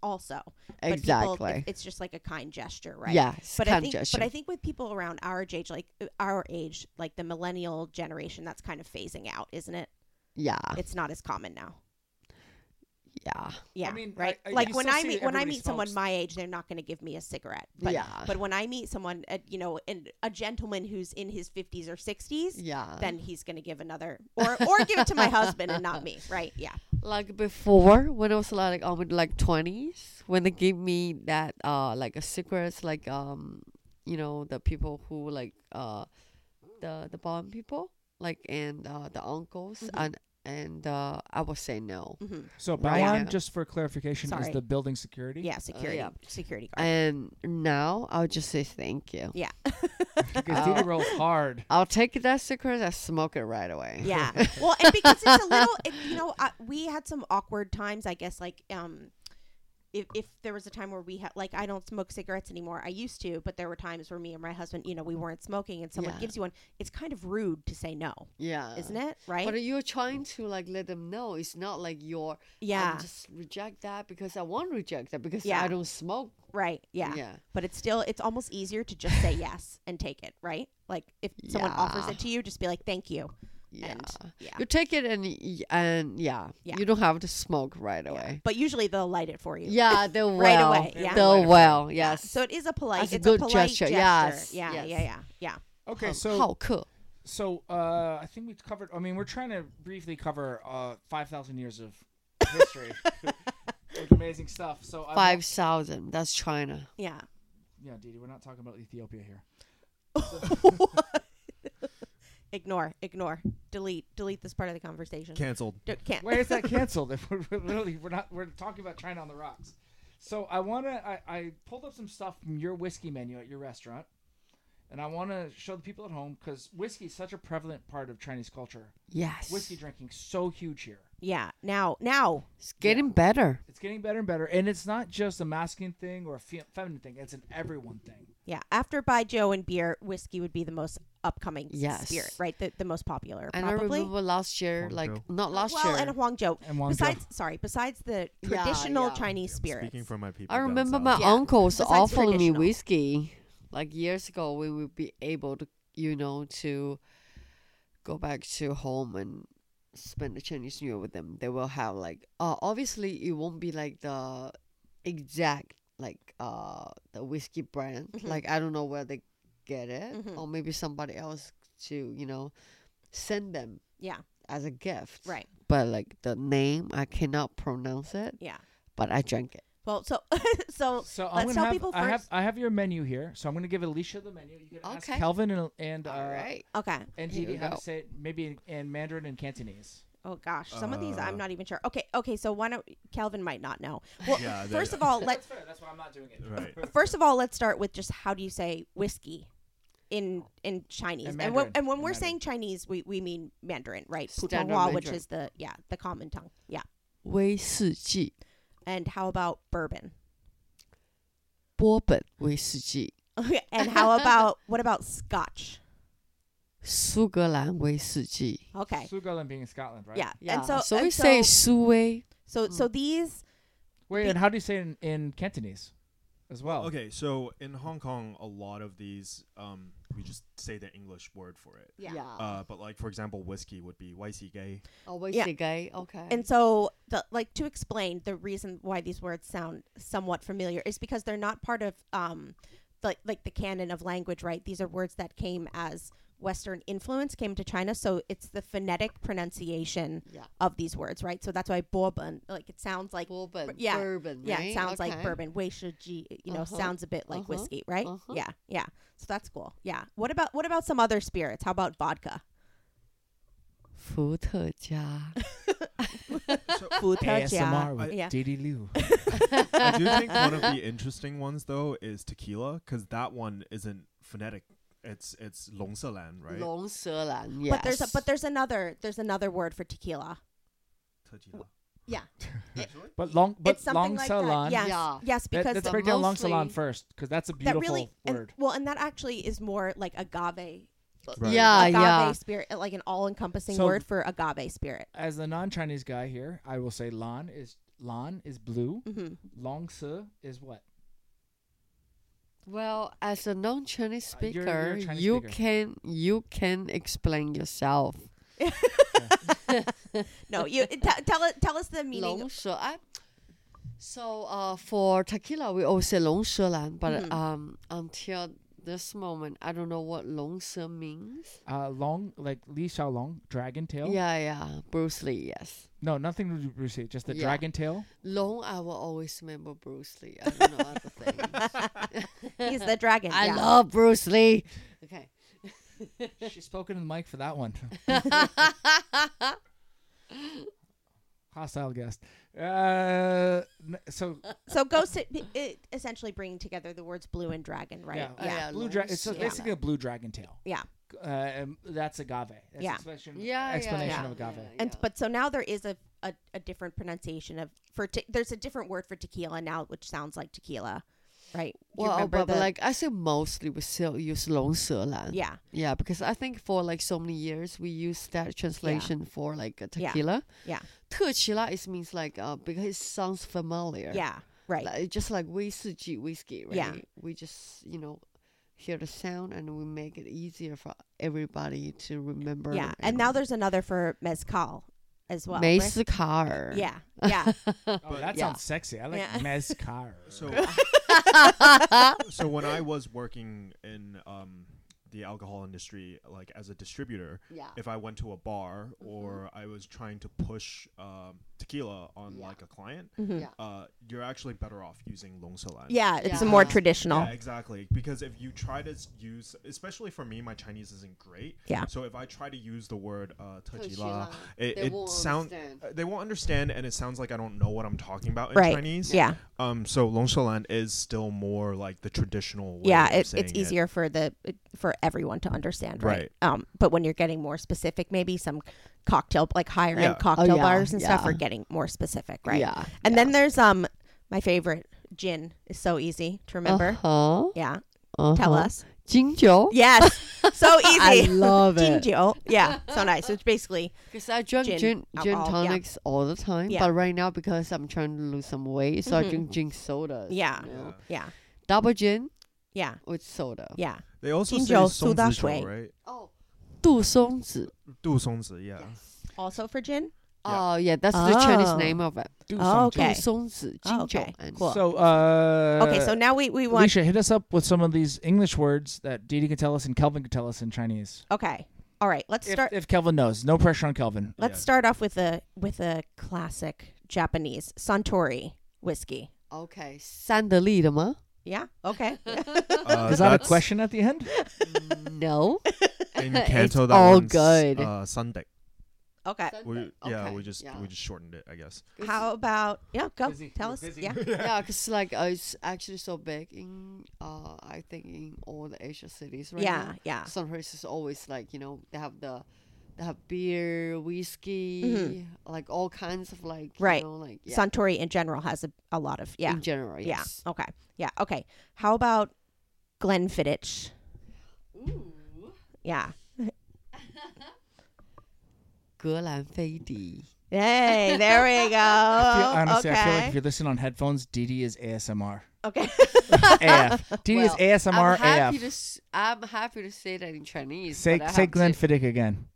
Speaker 2: also. But people- it-
Speaker 3: exactly.
Speaker 2: it's just like a kind gesture, right?
Speaker 3: Yes,
Speaker 2: But I think,
Speaker 3: congestion.
Speaker 2: but I think with people around our age, like uh, our age, like the millennial generation, that's kind of phasing out, isn't it?
Speaker 3: yeah,
Speaker 2: It's not as common now.
Speaker 3: yeah,
Speaker 2: Yeah,
Speaker 1: mean,
Speaker 2: right.
Speaker 1: I- I-
Speaker 2: like
Speaker 1: you
Speaker 2: when
Speaker 1: still
Speaker 2: I
Speaker 1: see
Speaker 2: meet when I
Speaker 1: everybody
Speaker 2: meet someone
Speaker 1: smokes.
Speaker 2: my age, they're not going to give me a cigarette. But,
Speaker 3: yeah,
Speaker 2: But when I meet someone, at, you know, in, a gentleman who's in his fifties or sixties,
Speaker 3: yeah.
Speaker 2: then he's going to give another or or give it to my husband and not me, right? Yeah.
Speaker 3: like before when I was like um in like twenties when they gave me that uh like a cigarettes like um you know the people who like uh the the bomb people like and uh the uncles
Speaker 2: Mhm.
Speaker 3: and and uh I would say no
Speaker 2: hmm
Speaker 1: So Balan,
Speaker 3: Right. Yeah.
Speaker 1: just for clarification,
Speaker 2: Sorry.
Speaker 1: is the building security.
Speaker 2: Yeah. Security.
Speaker 3: Uh, yeah.
Speaker 2: Security guard.
Speaker 3: and now I'll just say thank you
Speaker 2: yeah.
Speaker 1: Because Didi rolls hard.
Speaker 3: I'll take that cigarette I smoke it right away
Speaker 2: Yeah. Well, and because it's a little, it, you know, uh, we had some awkward times, I guess, like, um, if, if there was a time where we had like I don't smoke cigarettes anymore. I used to, but there were times where me and my husband, you know, we weren't smoking, and someone
Speaker 3: Yeah. Uh,
Speaker 2: gives you one. It's kind of rude to say no,
Speaker 3: yeah,
Speaker 2: isn't it? Right?
Speaker 3: But you're trying to like let them know it's not like you're
Speaker 2: yeah.
Speaker 3: I'm just reject that because I won't reject that because
Speaker 2: Yeah.
Speaker 3: I don't smoke.
Speaker 2: right. Yeah.
Speaker 3: Yeah.
Speaker 2: But it's still it's almost easier to just say yes and take it. Right? Like if someone offers
Speaker 3: Yeah.
Speaker 2: it to you, just be like, "Thank you."
Speaker 3: Yeah.
Speaker 2: And yeah.
Speaker 3: You take it and y- and yeah,
Speaker 2: Yeah.
Speaker 3: you don't have to smoke right
Speaker 2: Yeah.
Speaker 3: away.
Speaker 2: But usually they'll light it for you.
Speaker 3: Yeah, they'll
Speaker 2: Right
Speaker 3: well.
Speaker 2: away, yeah.
Speaker 3: They'll
Speaker 1: Right away.
Speaker 3: well.
Speaker 2: Yeah.
Speaker 3: Yes.
Speaker 2: So it is a polite.
Speaker 3: That's a
Speaker 2: it's
Speaker 3: good
Speaker 2: polite
Speaker 3: gesture.
Speaker 2: gesture.
Speaker 3: Yes,
Speaker 2: Yeah.
Speaker 3: yes.
Speaker 2: Yeah. Yeah. Yeah.
Speaker 1: Okay,
Speaker 3: How-
Speaker 1: so
Speaker 3: how cool.
Speaker 1: so uh, I think we've covered. I mean, we're trying to briefly cover uh, five thousand years of history, of amazing stuff. So I
Speaker 3: Five thousand. That's China.
Speaker 2: Yeah.
Speaker 1: Yeah, Didi, we're not talking about Ethiopia here.
Speaker 2: Ignore. Ignore. Delete. Delete this part of the conversation.
Speaker 4: Canceled.
Speaker 2: D- can't.
Speaker 1: Why is that canceled? If we're, we're literally we're not we're talking about China on the rocks. So I want to I, I pulled up some stuff from your whiskey menu at your restaurant, and I want to show the people at home because whiskey is such a prevalent part of Chinese culture.
Speaker 3: Yes.
Speaker 1: Whiskey drinking so huge here.
Speaker 2: Yeah. Now. Now.
Speaker 3: It's getting better.
Speaker 1: It's getting better and better, and it's not just a masculine thing or a fe- feminine thing. It's an everyone thing.
Speaker 2: Yeah. After by Joe and beer, whiskey would be the most upcoming s-
Speaker 3: Yes.
Speaker 2: spirit, right? The, the most popular,
Speaker 3: And I
Speaker 2: probably. Uh,
Speaker 3: remember last year,
Speaker 4: Guangzhou.
Speaker 3: like not last
Speaker 2: well,
Speaker 3: year.
Speaker 2: and Huangzhou.
Speaker 1: And Huangzhou.
Speaker 2: Besides, sorry, besides the traditional
Speaker 3: yeah.
Speaker 2: Chinese spirits.
Speaker 4: Speaking for my people.
Speaker 3: I
Speaker 4: down
Speaker 3: remember
Speaker 4: south.
Speaker 3: my
Speaker 2: Yeah.
Speaker 3: uncles
Speaker 2: Besides
Speaker 3: offering me
Speaker 2: traditional.
Speaker 3: whiskey. Like years ago, we would be able to, you know, to go back to home and spend the Chinese New Year with them. They will have like, uh, obviously, it won't be like the exact like uh the whiskey brand.
Speaker 2: Mhm.
Speaker 3: Like I don't know where they get it,
Speaker 2: Mhm.
Speaker 3: or maybe somebody else to, you know, send them
Speaker 2: yeah.
Speaker 3: as a gift.
Speaker 2: Right.
Speaker 3: But like the name, I cannot pronounce it.
Speaker 2: Yeah.
Speaker 3: But I drank it.
Speaker 2: Well, so so
Speaker 1: So I'm gonna
Speaker 2: Let's tell
Speaker 1: have,
Speaker 2: people
Speaker 1: I have
Speaker 2: first.
Speaker 1: I have your menu here, so I'm gonna give Alicia the menu. You can ask
Speaker 3: Okay.
Speaker 1: Kelvin and and uh,
Speaker 3: All right.
Speaker 2: okay.
Speaker 1: and
Speaker 3: Here
Speaker 1: Didi
Speaker 3: we
Speaker 1: how to
Speaker 3: go.
Speaker 1: say it, maybe in, in Mandarin and Cantonese.
Speaker 2: Oh gosh, some of these I'm
Speaker 4: Uh,
Speaker 2: not even sure. Okay, okay. So why don't Calvin might not know. Well,
Speaker 4: Yeah,
Speaker 2: first
Speaker 4: that-
Speaker 2: of all, let
Speaker 1: That's fair. That's why I'm not doing it.
Speaker 4: Right.
Speaker 2: first of all let's start with just how do you say whiskey in in Chinese?
Speaker 1: In
Speaker 2: and when,
Speaker 1: Mandarin,
Speaker 2: and when
Speaker 1: in
Speaker 2: we're
Speaker 1: Mandarin.
Speaker 2: saying Chinese, we, we mean Mandarin, right?
Speaker 3: Standard
Speaker 2: Putonghua, which
Speaker 3: Mandarin.
Speaker 2: is the yeah the common tongue. Yeah.
Speaker 3: 威士忌，
Speaker 2: And how about bourbon?
Speaker 3: 波本威士忌，
Speaker 2: Okay. And how about what about Scotch?
Speaker 3: 苏格兰威士忌。
Speaker 2: Okay.
Speaker 1: Sugarland being in Scotland, right?
Speaker 2: Yeah.
Speaker 3: Yeah,
Speaker 2: And so
Speaker 3: so we
Speaker 2: and
Speaker 3: say Hmm.
Speaker 2: so,
Speaker 3: 苏威
Speaker 2: so so these
Speaker 1: Wait,
Speaker 2: Be-
Speaker 1: and how do you say it in, in Cantonese as well?
Speaker 4: Okay, so in Hong Kong, a lot of these, um, we just say the English word for it.
Speaker 2: yeah.
Speaker 3: Ah.
Speaker 4: Uh, but like for example, whiskey would be YCG.
Speaker 3: Oh, 威
Speaker 2: Yeah.
Speaker 3: 士忌，OK。
Speaker 2: And so, the, like to explain the reason why these words sound somewhat familiar is because they're not part of um, like like the canon of language, right? These are words that came as Western influence came to China, so it's the phonetic pronunciation
Speaker 3: Yeah.
Speaker 2: of these words, right? So that's why bourbon, like it sounds like.
Speaker 3: 波本
Speaker 2: ，yeah，
Speaker 3: ，bourbon，
Speaker 2: yeah,
Speaker 3: right?
Speaker 2: it sounds like
Speaker 3: Okay.
Speaker 2: bourbon. Wei shi ji, you know,
Speaker 3: Uh-huh,
Speaker 2: sounds a bit like
Speaker 3: uh-huh,
Speaker 2: whiskey, right?
Speaker 3: uh-huh.
Speaker 2: Yeah, yeah. So that's cool. Yeah. What about what about some other spirits? How about vodka?
Speaker 3: 伏特加，
Speaker 4: So
Speaker 2: ASMR
Speaker 4: with
Speaker 2: yeah.
Speaker 1: Didi Liu.
Speaker 4: I do think one of the interesting ones though is tequila, because that one isn't phonetic. It's it's 龙舌兰, right?
Speaker 3: 龙舌兰，yes。
Speaker 2: But there's a, but there's another there's another word for tequila.
Speaker 4: Tequila.
Speaker 2: yeah.
Speaker 4: Actually?
Speaker 1: But long, but
Speaker 2: it's
Speaker 1: long
Speaker 2: something like
Speaker 1: salon.
Speaker 2: That. Yes.
Speaker 3: Yeah.
Speaker 2: Yes,
Speaker 1: Let,
Speaker 2: because
Speaker 1: us
Speaker 3: but
Speaker 1: break down long
Speaker 3: mostly-
Speaker 1: salon first, because that's a
Speaker 2: that
Speaker 1: beautiful
Speaker 2: really and-
Speaker 1: word.
Speaker 2: well, and that actually is more like agave.
Speaker 4: Right.
Speaker 3: Yeah,
Speaker 2: agave
Speaker 3: Ah, yeah.
Speaker 2: spirit, like an all-encompassing
Speaker 1: So-
Speaker 2: word for agave spirit.
Speaker 1: As the non-Chinese guy here, I will say lan is lan is blue.
Speaker 2: hmm
Speaker 1: Long se is what?
Speaker 3: Well, as a non-Chinese
Speaker 1: Uh, you're- you're
Speaker 3: speaker,
Speaker 1: a Chinese
Speaker 3: you
Speaker 1: speaker.
Speaker 3: can you can explain yourself.
Speaker 2: No, you t- tell us tell us the meaning.
Speaker 3: 龙舌兰。So, uh, for tequila, we always say 龙舌兰, but
Speaker 1: Hmm.
Speaker 2: Mhm.
Speaker 3: um, until this moment, I don't know what 龙舌 means.
Speaker 1: Uh, long like Li Xiaolong, dragon tail.
Speaker 3: Yeah, yeah, Bruce Lee, yes.
Speaker 1: No, nothing to do with Bruce Lee, just the
Speaker 3: Yeah.
Speaker 1: dragon tail.
Speaker 3: Long, I will always remember Bruce Lee. I don't know other things.
Speaker 2: He's the dragon.
Speaker 3: I
Speaker 2: yeah.
Speaker 3: love Bruce Lee. Okay.
Speaker 1: she spoke into the mic for that one. Hostile guest. Uh, n- so
Speaker 2: So ghost it, it essentially bringing together the words blue and dragon, right?
Speaker 1: Yeah,
Speaker 3: Oh, yeah.
Speaker 1: blue
Speaker 3: long
Speaker 1: dragon. It's just
Speaker 3: skin.
Speaker 1: basically a blue dragon tail.
Speaker 2: Yeah.
Speaker 1: uh, um, that's agave. That's
Speaker 2: Yeah.
Speaker 1: explanation,
Speaker 3: Yeah, yeah,
Speaker 1: explanation
Speaker 3: yeah,
Speaker 1: of agave.
Speaker 3: yeah,
Speaker 2: And
Speaker 3: yeah.
Speaker 2: but so now there is a a, a different pronunciation of for te- there's a different word for tequila now, which sounds like tequila, right? You
Speaker 3: Well, oh,
Speaker 2: remember
Speaker 3: but, but
Speaker 2: the-
Speaker 3: like I say, mostly we still use 龙舌兰.
Speaker 2: yeah,
Speaker 3: Yeah, because I think for like so many years we used that translation for like a
Speaker 2: Yeah.
Speaker 3: tequila.
Speaker 2: Yeah.
Speaker 3: Tequila is means like uh because it sounds familiar.
Speaker 2: yeah, right,
Speaker 3: Like, just like whiskey, whiskey, right?
Speaker 2: Yeah.
Speaker 3: We just you know hear the sound and we make it easier for everybody to remember.
Speaker 2: yeah. And now there's another for mezcal as well. right?
Speaker 3: mezcal.
Speaker 2: Yeah, yeah,
Speaker 1: Oh, that
Speaker 3: yeah.
Speaker 1: sounds sexy. I like
Speaker 2: Yeah.
Speaker 1: mezcal.
Speaker 4: So, so when I was working in um, the alcohol industry, like as a distributor,
Speaker 3: Yeah. Mm-hmm.
Speaker 4: if I went to a bar or I was trying to push um, tequila on
Speaker 3: Yeah. Mm-hmm.
Speaker 4: like a client,
Speaker 3: Yeah.
Speaker 4: uh, you're actually better off using Long Solan.
Speaker 2: yeah. It's a more
Speaker 3: Yeah.
Speaker 2: traditional.
Speaker 4: Yeah, exactly. Because if you try to s- use, especially for me, my Chinese isn't great.
Speaker 2: Yeah.
Speaker 4: So if I try to use the word uh,
Speaker 3: Tequila,
Speaker 4: tequila, it,
Speaker 3: they
Speaker 4: it
Speaker 3: won't
Speaker 4: sounds
Speaker 3: understand.
Speaker 4: they won't understand, and it sounds like I don't know what I'm talking about in
Speaker 2: Right.
Speaker 4: Chinese.
Speaker 2: Yeah.
Speaker 4: Um. So Longshalan is still more like the traditional. Way
Speaker 2: yeah
Speaker 4: of
Speaker 2: it,
Speaker 4: saying
Speaker 2: it's
Speaker 4: it.
Speaker 2: easier for the for everyone to understand right?
Speaker 4: Right.
Speaker 2: um but when you're getting more specific maybe some cocktail like higher
Speaker 4: Yeah.
Speaker 2: end cocktail
Speaker 3: Oh, yeah,
Speaker 2: bars and stuff
Speaker 3: yeah.
Speaker 2: are getting more specific right
Speaker 3: Yeah.
Speaker 2: and then there's um my favorite gin is so easy to remember
Speaker 3: Uh-huh. Huh?
Speaker 2: yeah
Speaker 3: uh
Speaker 2: tell us
Speaker 3: Jinjiu.
Speaker 2: yes so easy
Speaker 3: I love it.
Speaker 2: Jinjo. yeah so nice it's basically
Speaker 3: Because I drink
Speaker 2: Gin,
Speaker 3: gin, gin,
Speaker 2: alcohol, yeah.
Speaker 3: tonics all the time,
Speaker 2: Yeah. Mm-hmm.
Speaker 3: but right now because I'm trying to lose some weight, so I drink gin sodas.
Speaker 2: Yeah.
Speaker 3: you know.
Speaker 2: yeah
Speaker 3: double gin
Speaker 2: yeah
Speaker 3: with soda.
Speaker 2: yeah
Speaker 4: They also say
Speaker 2: Jinjiu, sudashui.
Speaker 4: songzi right?
Speaker 3: Oh, du songzi.
Speaker 4: Du songzi, yeah.
Speaker 2: also for gin
Speaker 4: Yeah.
Speaker 3: Oh yeah, that's the Chinese
Speaker 2: Oh.
Speaker 3: name of it. Du
Speaker 2: Oh,
Speaker 3: Du
Speaker 2: okay.
Speaker 3: songzi,
Speaker 2: Oh,
Speaker 3: ginger.
Speaker 2: okay.
Speaker 3: and-
Speaker 2: Cool.
Speaker 1: So, uh,
Speaker 2: okay so now we we want
Speaker 1: Alicia, hit us up with some of these English words that Didi can tell us and Kelvin can tell us in Chinese.
Speaker 2: okay all right let's
Speaker 1: If,
Speaker 2: start
Speaker 1: if Kelvin knows, no pressure on Kelvin.
Speaker 2: Let's
Speaker 4: Yeah.
Speaker 2: start off with a with a classic Japanese Suntory whiskey.
Speaker 3: Okay, 三得利的吗？
Speaker 2: Yeah. Okay.
Speaker 4: Uh,
Speaker 1: Is that a
Speaker 4: that's-
Speaker 1: question at the end?
Speaker 2: Mm.
Speaker 3: no.
Speaker 4: In
Speaker 3: It's
Speaker 4: Canto, that
Speaker 3: all
Speaker 4: one's,
Speaker 3: good.
Speaker 4: Uh, Sunday.
Speaker 2: okay.
Speaker 4: We, Yeah, we just
Speaker 3: yeah.
Speaker 4: we just shortened it, I guess.
Speaker 2: How about yeah? Go tell us. Yeah.
Speaker 3: yeah, because like uh, it's actually so big in uh, I think in all the Asia cities right
Speaker 2: yeah.
Speaker 3: now.
Speaker 2: Yeah.
Speaker 3: some places always like you know they have the they have beer whiskey like all kinds of like
Speaker 2: Mm-hmm. Right.
Speaker 3: you know like yeah,
Speaker 2: Suntory in general has a, a lot of yeah.
Speaker 3: in general
Speaker 2: yeah.
Speaker 3: yes
Speaker 2: Okay. Yeah. Okay. How about Glenfiddich?
Speaker 3: Ooh.
Speaker 2: Yeah. Hey, there we go.
Speaker 1: I
Speaker 3: Oh,
Speaker 1: feel- honestly,
Speaker 2: okay.
Speaker 1: I feel like if you're listening on headphones, Didi is ASMR.
Speaker 2: okay.
Speaker 1: AF. Didi
Speaker 3: Well,
Speaker 1: is
Speaker 3: I'm
Speaker 1: ASMR
Speaker 3: happy
Speaker 1: AF.
Speaker 3: to s- I'm happy to say that in Chinese
Speaker 1: Say,
Speaker 3: but I
Speaker 1: say
Speaker 3: have to-
Speaker 1: Glenfiddich again.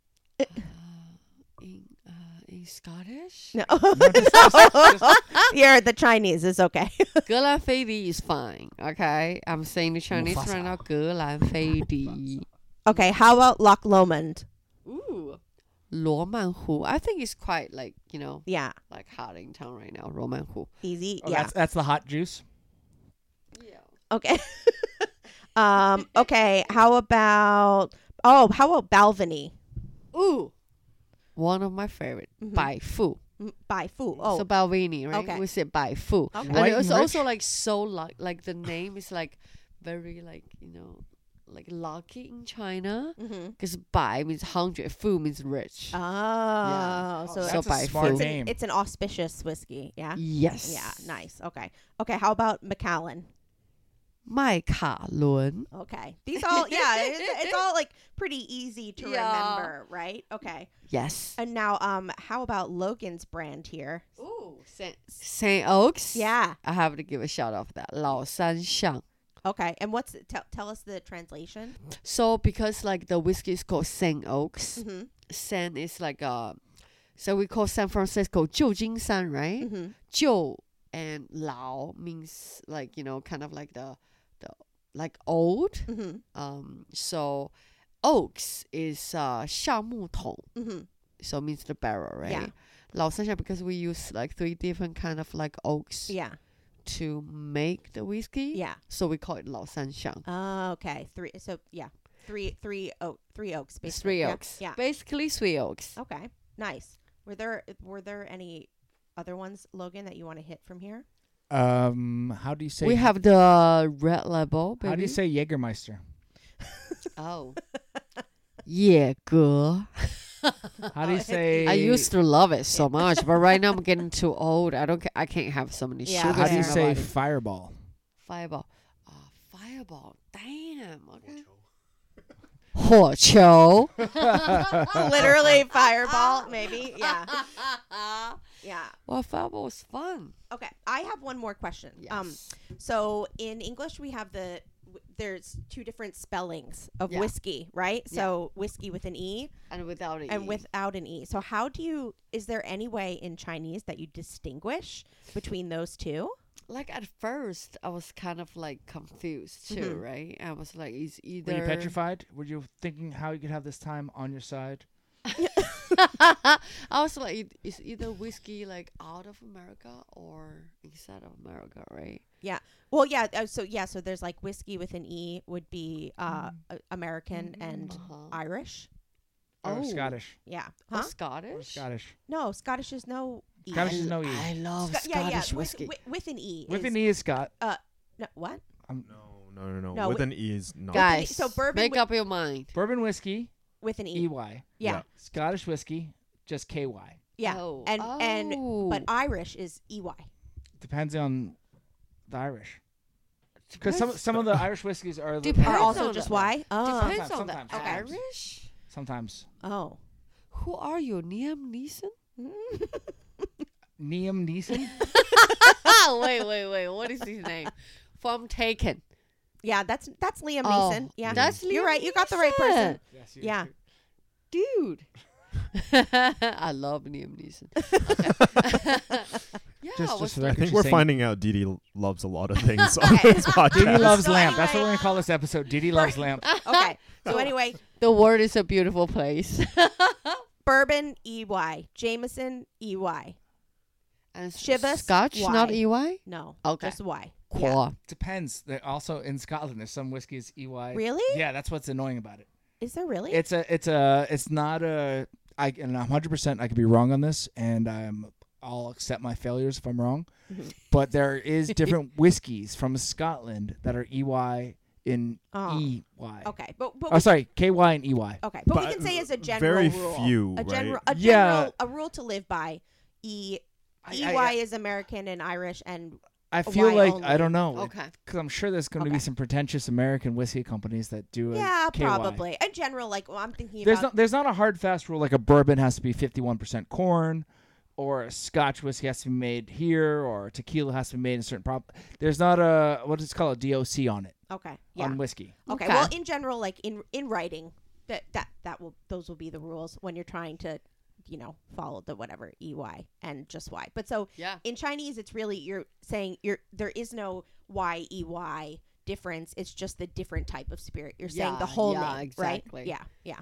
Speaker 3: in, uh, in Scottish
Speaker 2: No. You're the Chinese is okay.
Speaker 3: 格兰菲迪 is fine okay I'm saying the Chinese right now 格兰菲迪
Speaker 2: Okay. How about Loch Lomond?
Speaker 3: ooh 罗曼湖 I think it's quite like you know
Speaker 2: Yeah.
Speaker 3: like hot in town right now 罗曼湖
Speaker 2: Easy.
Speaker 1: Oh,
Speaker 2: yeah.
Speaker 1: that's, that's the hot juice.
Speaker 3: yeah
Speaker 2: Okay. um, okay. How about oh, how about Balvenie?
Speaker 3: Ooh. One of my favorite. Bai Fu.
Speaker 2: Mm, By Fu. Mm-hmm. Oh,
Speaker 3: So Balvenie, right?
Speaker 2: Okay. Uh,
Speaker 3: We said Bai Fu.
Speaker 2: Okay.
Speaker 3: And
Speaker 1: White
Speaker 3: it was
Speaker 1: and
Speaker 3: also
Speaker 1: rich?
Speaker 3: like so luck like the name is like very like, you know, like lucky in China.
Speaker 2: mhm.
Speaker 3: Because Bai means hundred, Fu means rich.
Speaker 2: oh, so,
Speaker 3: So
Speaker 1: that's
Speaker 3: by
Speaker 1: a smart
Speaker 3: food.
Speaker 2: it's, an,
Speaker 1: name.
Speaker 2: it's an auspicious whiskey. Yeah.
Speaker 3: yes.
Speaker 2: Yeah. Nice. Okay. Okay. How about Macallan?
Speaker 3: Mai Ka Lun.
Speaker 2: Okay. These all yeah. It's, it's all like pretty easy to
Speaker 3: Yeah.
Speaker 2: remember, right? Okay.
Speaker 3: Yes.
Speaker 2: And now, um, how about Logan's brand here?
Speaker 3: Ooh. Saint, Saint Oaks.
Speaker 2: Yeah.
Speaker 3: I have to give a shout out for that. Lao San Shang.
Speaker 2: Okay. And what's tell tell us the translation?
Speaker 3: So because like the whiskey is called Saint Oaks.
Speaker 2: Mm-hmm.
Speaker 3: San is like uh so we call San Francisco San, right?
Speaker 2: Mm-hmm.
Speaker 3: Jiu and Lao means like, you know, kind of like the the like old.
Speaker 2: Mm-hmm.
Speaker 3: Um so oaks is uh Xiaomu Tong,
Speaker 2: Mm-hmm.
Speaker 3: so it means the barrel, right?
Speaker 2: Yeah.
Speaker 3: Lao San Shang because we use like three different kind of like oaks
Speaker 2: Yeah.
Speaker 3: to make the whiskey.
Speaker 2: Yeah.
Speaker 3: So we call it Lao San Shang.
Speaker 2: Oh, okay. Three. So yeah, three, three, oh, three oaks.
Speaker 3: It's
Speaker 2: Basically.
Speaker 3: three
Speaker 2: yeah.
Speaker 3: oaks.
Speaker 2: Yeah. Oh.
Speaker 3: Basically three oaks.
Speaker 2: Okay. Nice. Were there were there any other ones, Logan, that you want to hit from here?
Speaker 1: Um, how do you say?
Speaker 3: We have the red label, baby.
Speaker 1: How do you say Jägermeister?
Speaker 3: Oh. 野格
Speaker 1: How do you say?
Speaker 3: I used to love it so much, but right now I'm getting too old. I don't. Ca- I can't have so many
Speaker 2: Yeah,
Speaker 3: sugars.
Speaker 1: How do you
Speaker 3: in my
Speaker 1: say
Speaker 3: body.
Speaker 1: fireball?
Speaker 3: fireball? Uh, fireball. Damn. Okay. Hocho.
Speaker 2: Oh, Literally fireball, maybe. Yeah. Yeah.
Speaker 3: well, fireball was fun.
Speaker 2: Okay. I have one more question.
Speaker 3: Yes.
Speaker 2: Um, so in English, we have the w- there's two different spellings of
Speaker 3: Yeah.
Speaker 2: whiskey, right?
Speaker 3: Yeah.
Speaker 2: So whiskey with an e
Speaker 3: and without it.
Speaker 2: and without an e. So how do you? Is there any way in Chinese that you distinguish between those two?
Speaker 3: like at first, I was kind of like confused too, right? I was like, is either
Speaker 1: Were you petrified? Were you thinking how you could have this time on your side?
Speaker 3: I was like, it- it's either whiskey like out of America or inside of America, right?
Speaker 2: Yeah. Well, yeah. uh, So yeah. So there's like whiskey with an e would be uh, a- American and
Speaker 3: Uh-huh.
Speaker 2: Irish.
Speaker 1: Or Oh, Scottish?
Speaker 2: Yeah. Huh?
Speaker 3: Or
Speaker 1: Or
Speaker 3: Oh, Scottish.
Speaker 1: Scottish.
Speaker 2: No, Scottish is no e.
Speaker 1: Scottish
Speaker 3: I
Speaker 1: is
Speaker 3: l-
Speaker 1: no E.
Speaker 3: I love
Speaker 2: Sc- yeah,
Speaker 3: Scottish
Speaker 2: yeah. With,
Speaker 3: whiskey.
Speaker 2: With, with an e.
Speaker 1: With
Speaker 2: is-
Speaker 1: an E is Scott.
Speaker 2: No, what?
Speaker 4: No, no, no,
Speaker 2: No,
Speaker 4: With
Speaker 2: wi-
Speaker 4: an E is not.
Speaker 2: Guy-
Speaker 3: Guys,
Speaker 2: so bourbon
Speaker 3: make
Speaker 2: wi-
Speaker 3: up your mind.
Speaker 1: Bourbon whiskey,
Speaker 2: With an e.
Speaker 1: EY.
Speaker 2: Yeah.
Speaker 4: Yeah.
Speaker 1: Scottish whiskey, just KY.
Speaker 2: Yeah.
Speaker 3: Oh.
Speaker 2: And and but
Speaker 3: Oh.
Speaker 2: Irish is E EY.
Speaker 1: Depends on the Irish. Because some some of the Irish whiskeys are a little-
Speaker 3: Depends
Speaker 2: Are also
Speaker 3: on
Speaker 2: just
Speaker 3: the-
Speaker 2: Y? Oh.
Speaker 3: Depends on
Speaker 1: sometimes,
Speaker 3: the
Speaker 1: sometimes.
Speaker 3: Irish.
Speaker 1: sometimes
Speaker 2: Oh.
Speaker 3: Who are you, Liam Neeson?
Speaker 1: Neum Neeson.
Speaker 3: Ah, wait, wait, wait. What is his name? From Taken.
Speaker 2: Yeah, that's that's Liam
Speaker 3: Oh,
Speaker 2: Neeson. Yeah.
Speaker 3: that's
Speaker 2: You're
Speaker 3: Liam
Speaker 2: right. You got the right person.
Speaker 3: Neeson.
Speaker 1: yes,
Speaker 2: Yeah.
Speaker 3: dude. I love Liam Neeson. Okay. yeah,
Speaker 1: Just-
Speaker 3: I was
Speaker 1: just for
Speaker 4: I
Speaker 1: that-
Speaker 4: think
Speaker 1: Could you
Speaker 4: we're
Speaker 1: sing?
Speaker 4: finding out Didi l- loves a lot of things on this
Speaker 1: Didi
Speaker 4: podcast.
Speaker 1: loves lamp. That's what we're gonna call this episode. Didi loves lamp.
Speaker 2: Okay. so anyway,
Speaker 3: like, the world is a beautiful place.
Speaker 2: bourbon EY, Jameson E EY.
Speaker 3: and
Speaker 2: Shivas,
Speaker 3: Scotch, not
Speaker 2: why?
Speaker 3: EY.
Speaker 2: No.
Speaker 3: Okay.
Speaker 2: Just Y. Yeah.
Speaker 3: Qua.
Speaker 1: Depends. They're also in Scotland, there's some whiskeys EY.
Speaker 2: Really?
Speaker 1: Yeah, that's what's annoying about it.
Speaker 2: Is there really?
Speaker 1: It's a. It's a. It's not a. I and I'm 100. percent I could be wrong on this, and I'm. I'll accept my failures if I'm wrong. But there is different whiskeys from Scotland that are E EY in
Speaker 2: Oh.
Speaker 1: EY.
Speaker 2: okay. But but
Speaker 1: Oh, sorry, KY and EY.
Speaker 2: Okay, but, we
Speaker 4: But
Speaker 2: can say as a general
Speaker 4: very
Speaker 2: rule,
Speaker 4: few,
Speaker 2: a general,
Speaker 4: right?
Speaker 2: a
Speaker 1: Yeah.
Speaker 2: general, a rule to live by. E
Speaker 1: I-
Speaker 2: EY
Speaker 1: I,
Speaker 2: is American and Irish, and
Speaker 1: I feel
Speaker 2: Y
Speaker 1: like
Speaker 2: only.
Speaker 1: I don't know.
Speaker 3: Okay.
Speaker 1: Because I'm sure there's going to be
Speaker 2: Okay.
Speaker 1: some pretentious American whiskey companies that do a
Speaker 2: yeah,
Speaker 1: KY.
Speaker 2: probably in general. Like, well, I'm thinking
Speaker 1: There's
Speaker 2: about
Speaker 1: not there's not a hard fast rule like a bourbon has to be 51% corn or a scotch whiskey has to be made here or tequila has to be made in certain prop. There's not a what is it called a DOC on it
Speaker 2: okay, yeah,
Speaker 1: on whiskey.
Speaker 2: okay.
Speaker 3: Okay.
Speaker 2: Well, in general, like in in writing, that that that will those will be the rules when you're trying to, you know, follow the whatever EY and just Y. But so
Speaker 3: Yeah.
Speaker 2: in Chinese, it's really you're saying you're there is no Y E Y difference. It's just the different type of spirit. You're saying
Speaker 3: Yeah,
Speaker 2: the whole
Speaker 3: yeah,
Speaker 2: name,
Speaker 3: exactly.
Speaker 2: right? Yeah, yeah,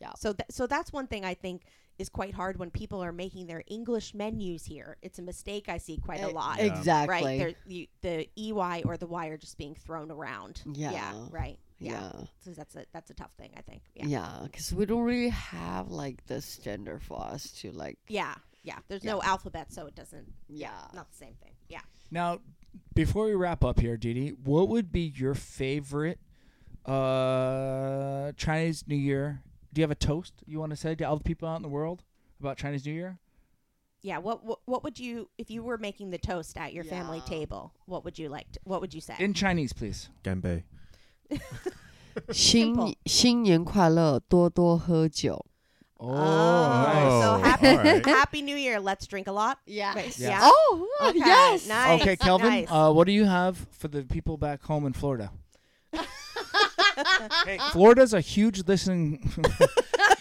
Speaker 3: Yeah.
Speaker 2: So that so that's one thing I think is quite hard when people are making their English menus here. It's a mistake I see quite a
Speaker 3: E-
Speaker 2: lot.
Speaker 3: Exactly.
Speaker 2: Right, They're- you, the EY or the Y are just being thrown around.
Speaker 3: Yeah.
Speaker 2: right. Yeah.
Speaker 3: yeah.
Speaker 2: So that's a that's a tough thing, I think. Yeah,
Speaker 3: Yeah. Because we don't really have like this gender for us to like.
Speaker 2: yeah, yeah. There's no alphabet, so it doesn't.
Speaker 3: Yeah.
Speaker 2: Not the same thing. Yeah.
Speaker 1: Now, before we wrap up here, Didi, what would be your favorite uh, Chinese New Year? Do you have a toast you want to say to all the people out in the world about Chinese New Year?
Speaker 2: Yeah, what, what what would you if you were making the toast at your family
Speaker 3: Yeah.
Speaker 2: table? What would you like? To, what would you say?
Speaker 1: In Chinese, please.
Speaker 4: Genbei.
Speaker 3: 新新年快乐，多多喝酒。
Speaker 1: Oh,
Speaker 4: Oh,
Speaker 2: so happy,
Speaker 4: all right.
Speaker 2: happy New Year! Let's drink a lot.
Speaker 3: Yeah.
Speaker 2: Wait,
Speaker 1: Yeah.
Speaker 2: yeah.
Speaker 3: Oh
Speaker 2: Okay,
Speaker 3: yes.
Speaker 2: Nice.
Speaker 1: okay, Kelvin,
Speaker 2: nice.
Speaker 1: uh, what do you have for the people back home in Florida? hey, Florida's a huge listening. they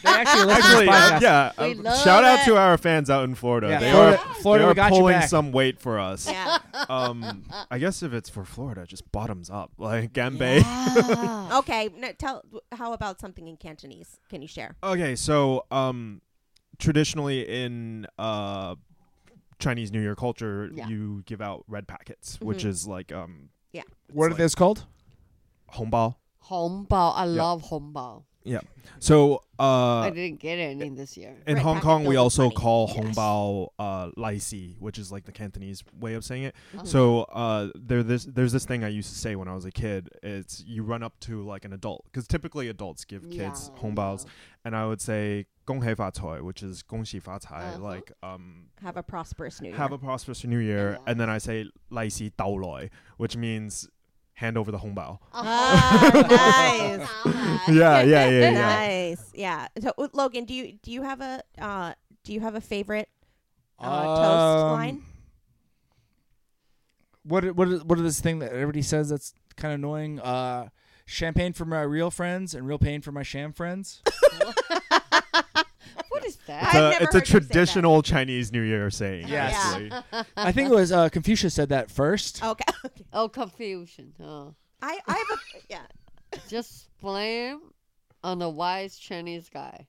Speaker 1: actually listen
Speaker 4: Actually,
Speaker 1: to this podcast.
Speaker 4: yeah.
Speaker 3: We
Speaker 4: uh,
Speaker 3: love
Speaker 4: shout out
Speaker 3: it.
Speaker 4: to our fans out in Florida.
Speaker 1: Yeah,
Speaker 4: they
Speaker 1: Florida-
Speaker 4: are,
Speaker 1: Florida,
Speaker 4: they
Speaker 1: we
Speaker 4: are
Speaker 1: got you
Speaker 4: pulling
Speaker 1: back.
Speaker 4: some weight for us.
Speaker 2: yeah.
Speaker 4: Um, I guess if it's for Florida, just bottoms up, like Genbei.
Speaker 3: Ah.
Speaker 2: Okay. No, tell. How about something in Cantonese? Can you share?
Speaker 4: Okay, so um, traditionally in uh, Chinese New Year culture,
Speaker 3: Yeah.
Speaker 4: you give out red packets,
Speaker 1: Mm-hmm.
Speaker 4: which is like um,
Speaker 1: What are
Speaker 4: like-
Speaker 1: those called?
Speaker 4: homeball.
Speaker 3: 红包，I
Speaker 4: Yeah.
Speaker 3: love 红包。
Speaker 4: So
Speaker 3: I
Speaker 4: uh,
Speaker 3: didn't get any this year.
Speaker 4: in
Speaker 2: Right,
Speaker 4: Hong
Speaker 2: back
Speaker 4: Kong,
Speaker 2: bill
Speaker 4: we
Speaker 2: with
Speaker 4: also
Speaker 2: money.
Speaker 4: call
Speaker 2: Yes.
Speaker 4: hongbao uh, lai si, which is like the Cantonese way of saying it.
Speaker 3: Uh-huh.
Speaker 4: So uh, there this there's this thing I used to say when I was a kid. It's you run up to like an adult because typically adults give kids
Speaker 3: Yeah,
Speaker 4: hongbaos,
Speaker 3: yeah.
Speaker 4: and I would say gong hei fa cai, which is gong xi fa cai,
Speaker 3: Uh-huh.
Speaker 4: like um,
Speaker 2: Have a prosperous new year.
Speaker 4: have a prosperous new year,
Speaker 3: Yeah.
Speaker 4: and then I say lai si dao loi, which means hand over the hongbao.
Speaker 2: Uh-huh. Ah,
Speaker 3: nice.
Speaker 4: yeah, yeah, yeah, yeah.
Speaker 2: nice. Yeah. So, uh, Logan, do you do you have a uh, do you have a favorite uh,
Speaker 1: Um,
Speaker 2: toast line?
Speaker 1: What i- what is, what is this thing that everybody says that's kind of annoying? Uh, champagne for my real friends and real pain for my sham friends.
Speaker 3: What is
Speaker 4: It's
Speaker 3: that?
Speaker 2: I've
Speaker 4: a,
Speaker 2: never heard
Speaker 4: it's a
Speaker 2: you say that.
Speaker 4: traditional Chinese New Year saying.
Speaker 1: Yes.
Speaker 2: Yeah.
Speaker 4: actually.
Speaker 1: I think it was uh, Confucius said that first.
Speaker 2: Okay. okay.
Speaker 3: Oh, confusion. Oh.
Speaker 2: I I have a yeah.
Speaker 3: Just blame on the wise Chinese guy.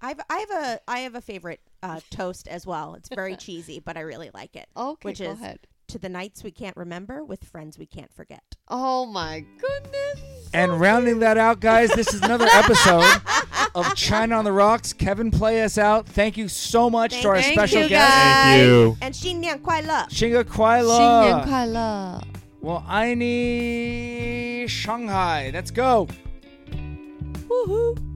Speaker 2: I've I have a I have a favorite uh, toast as well. It's very cheesy, but I really like it.
Speaker 3: Okay,
Speaker 2: Which
Speaker 3: go
Speaker 2: is-
Speaker 3: ahead.
Speaker 2: To the nights we can't remember with friends we can't forget.
Speaker 3: Oh my goodness.
Speaker 1: And rounding that out, guys, this is another episode of China on the Rocks. Kevin, play us out. Thank you so much to our
Speaker 2: Thank
Speaker 1: special
Speaker 3: you,
Speaker 1: guest,
Speaker 3: Guys.
Speaker 4: Thank you.
Speaker 2: And 新年快乐.
Speaker 1: Shinga Kwai
Speaker 3: Xinyan
Speaker 1: La.
Speaker 3: Kai La.
Speaker 1: Well, I need Shanghai. Let's go.
Speaker 2: Woohoo.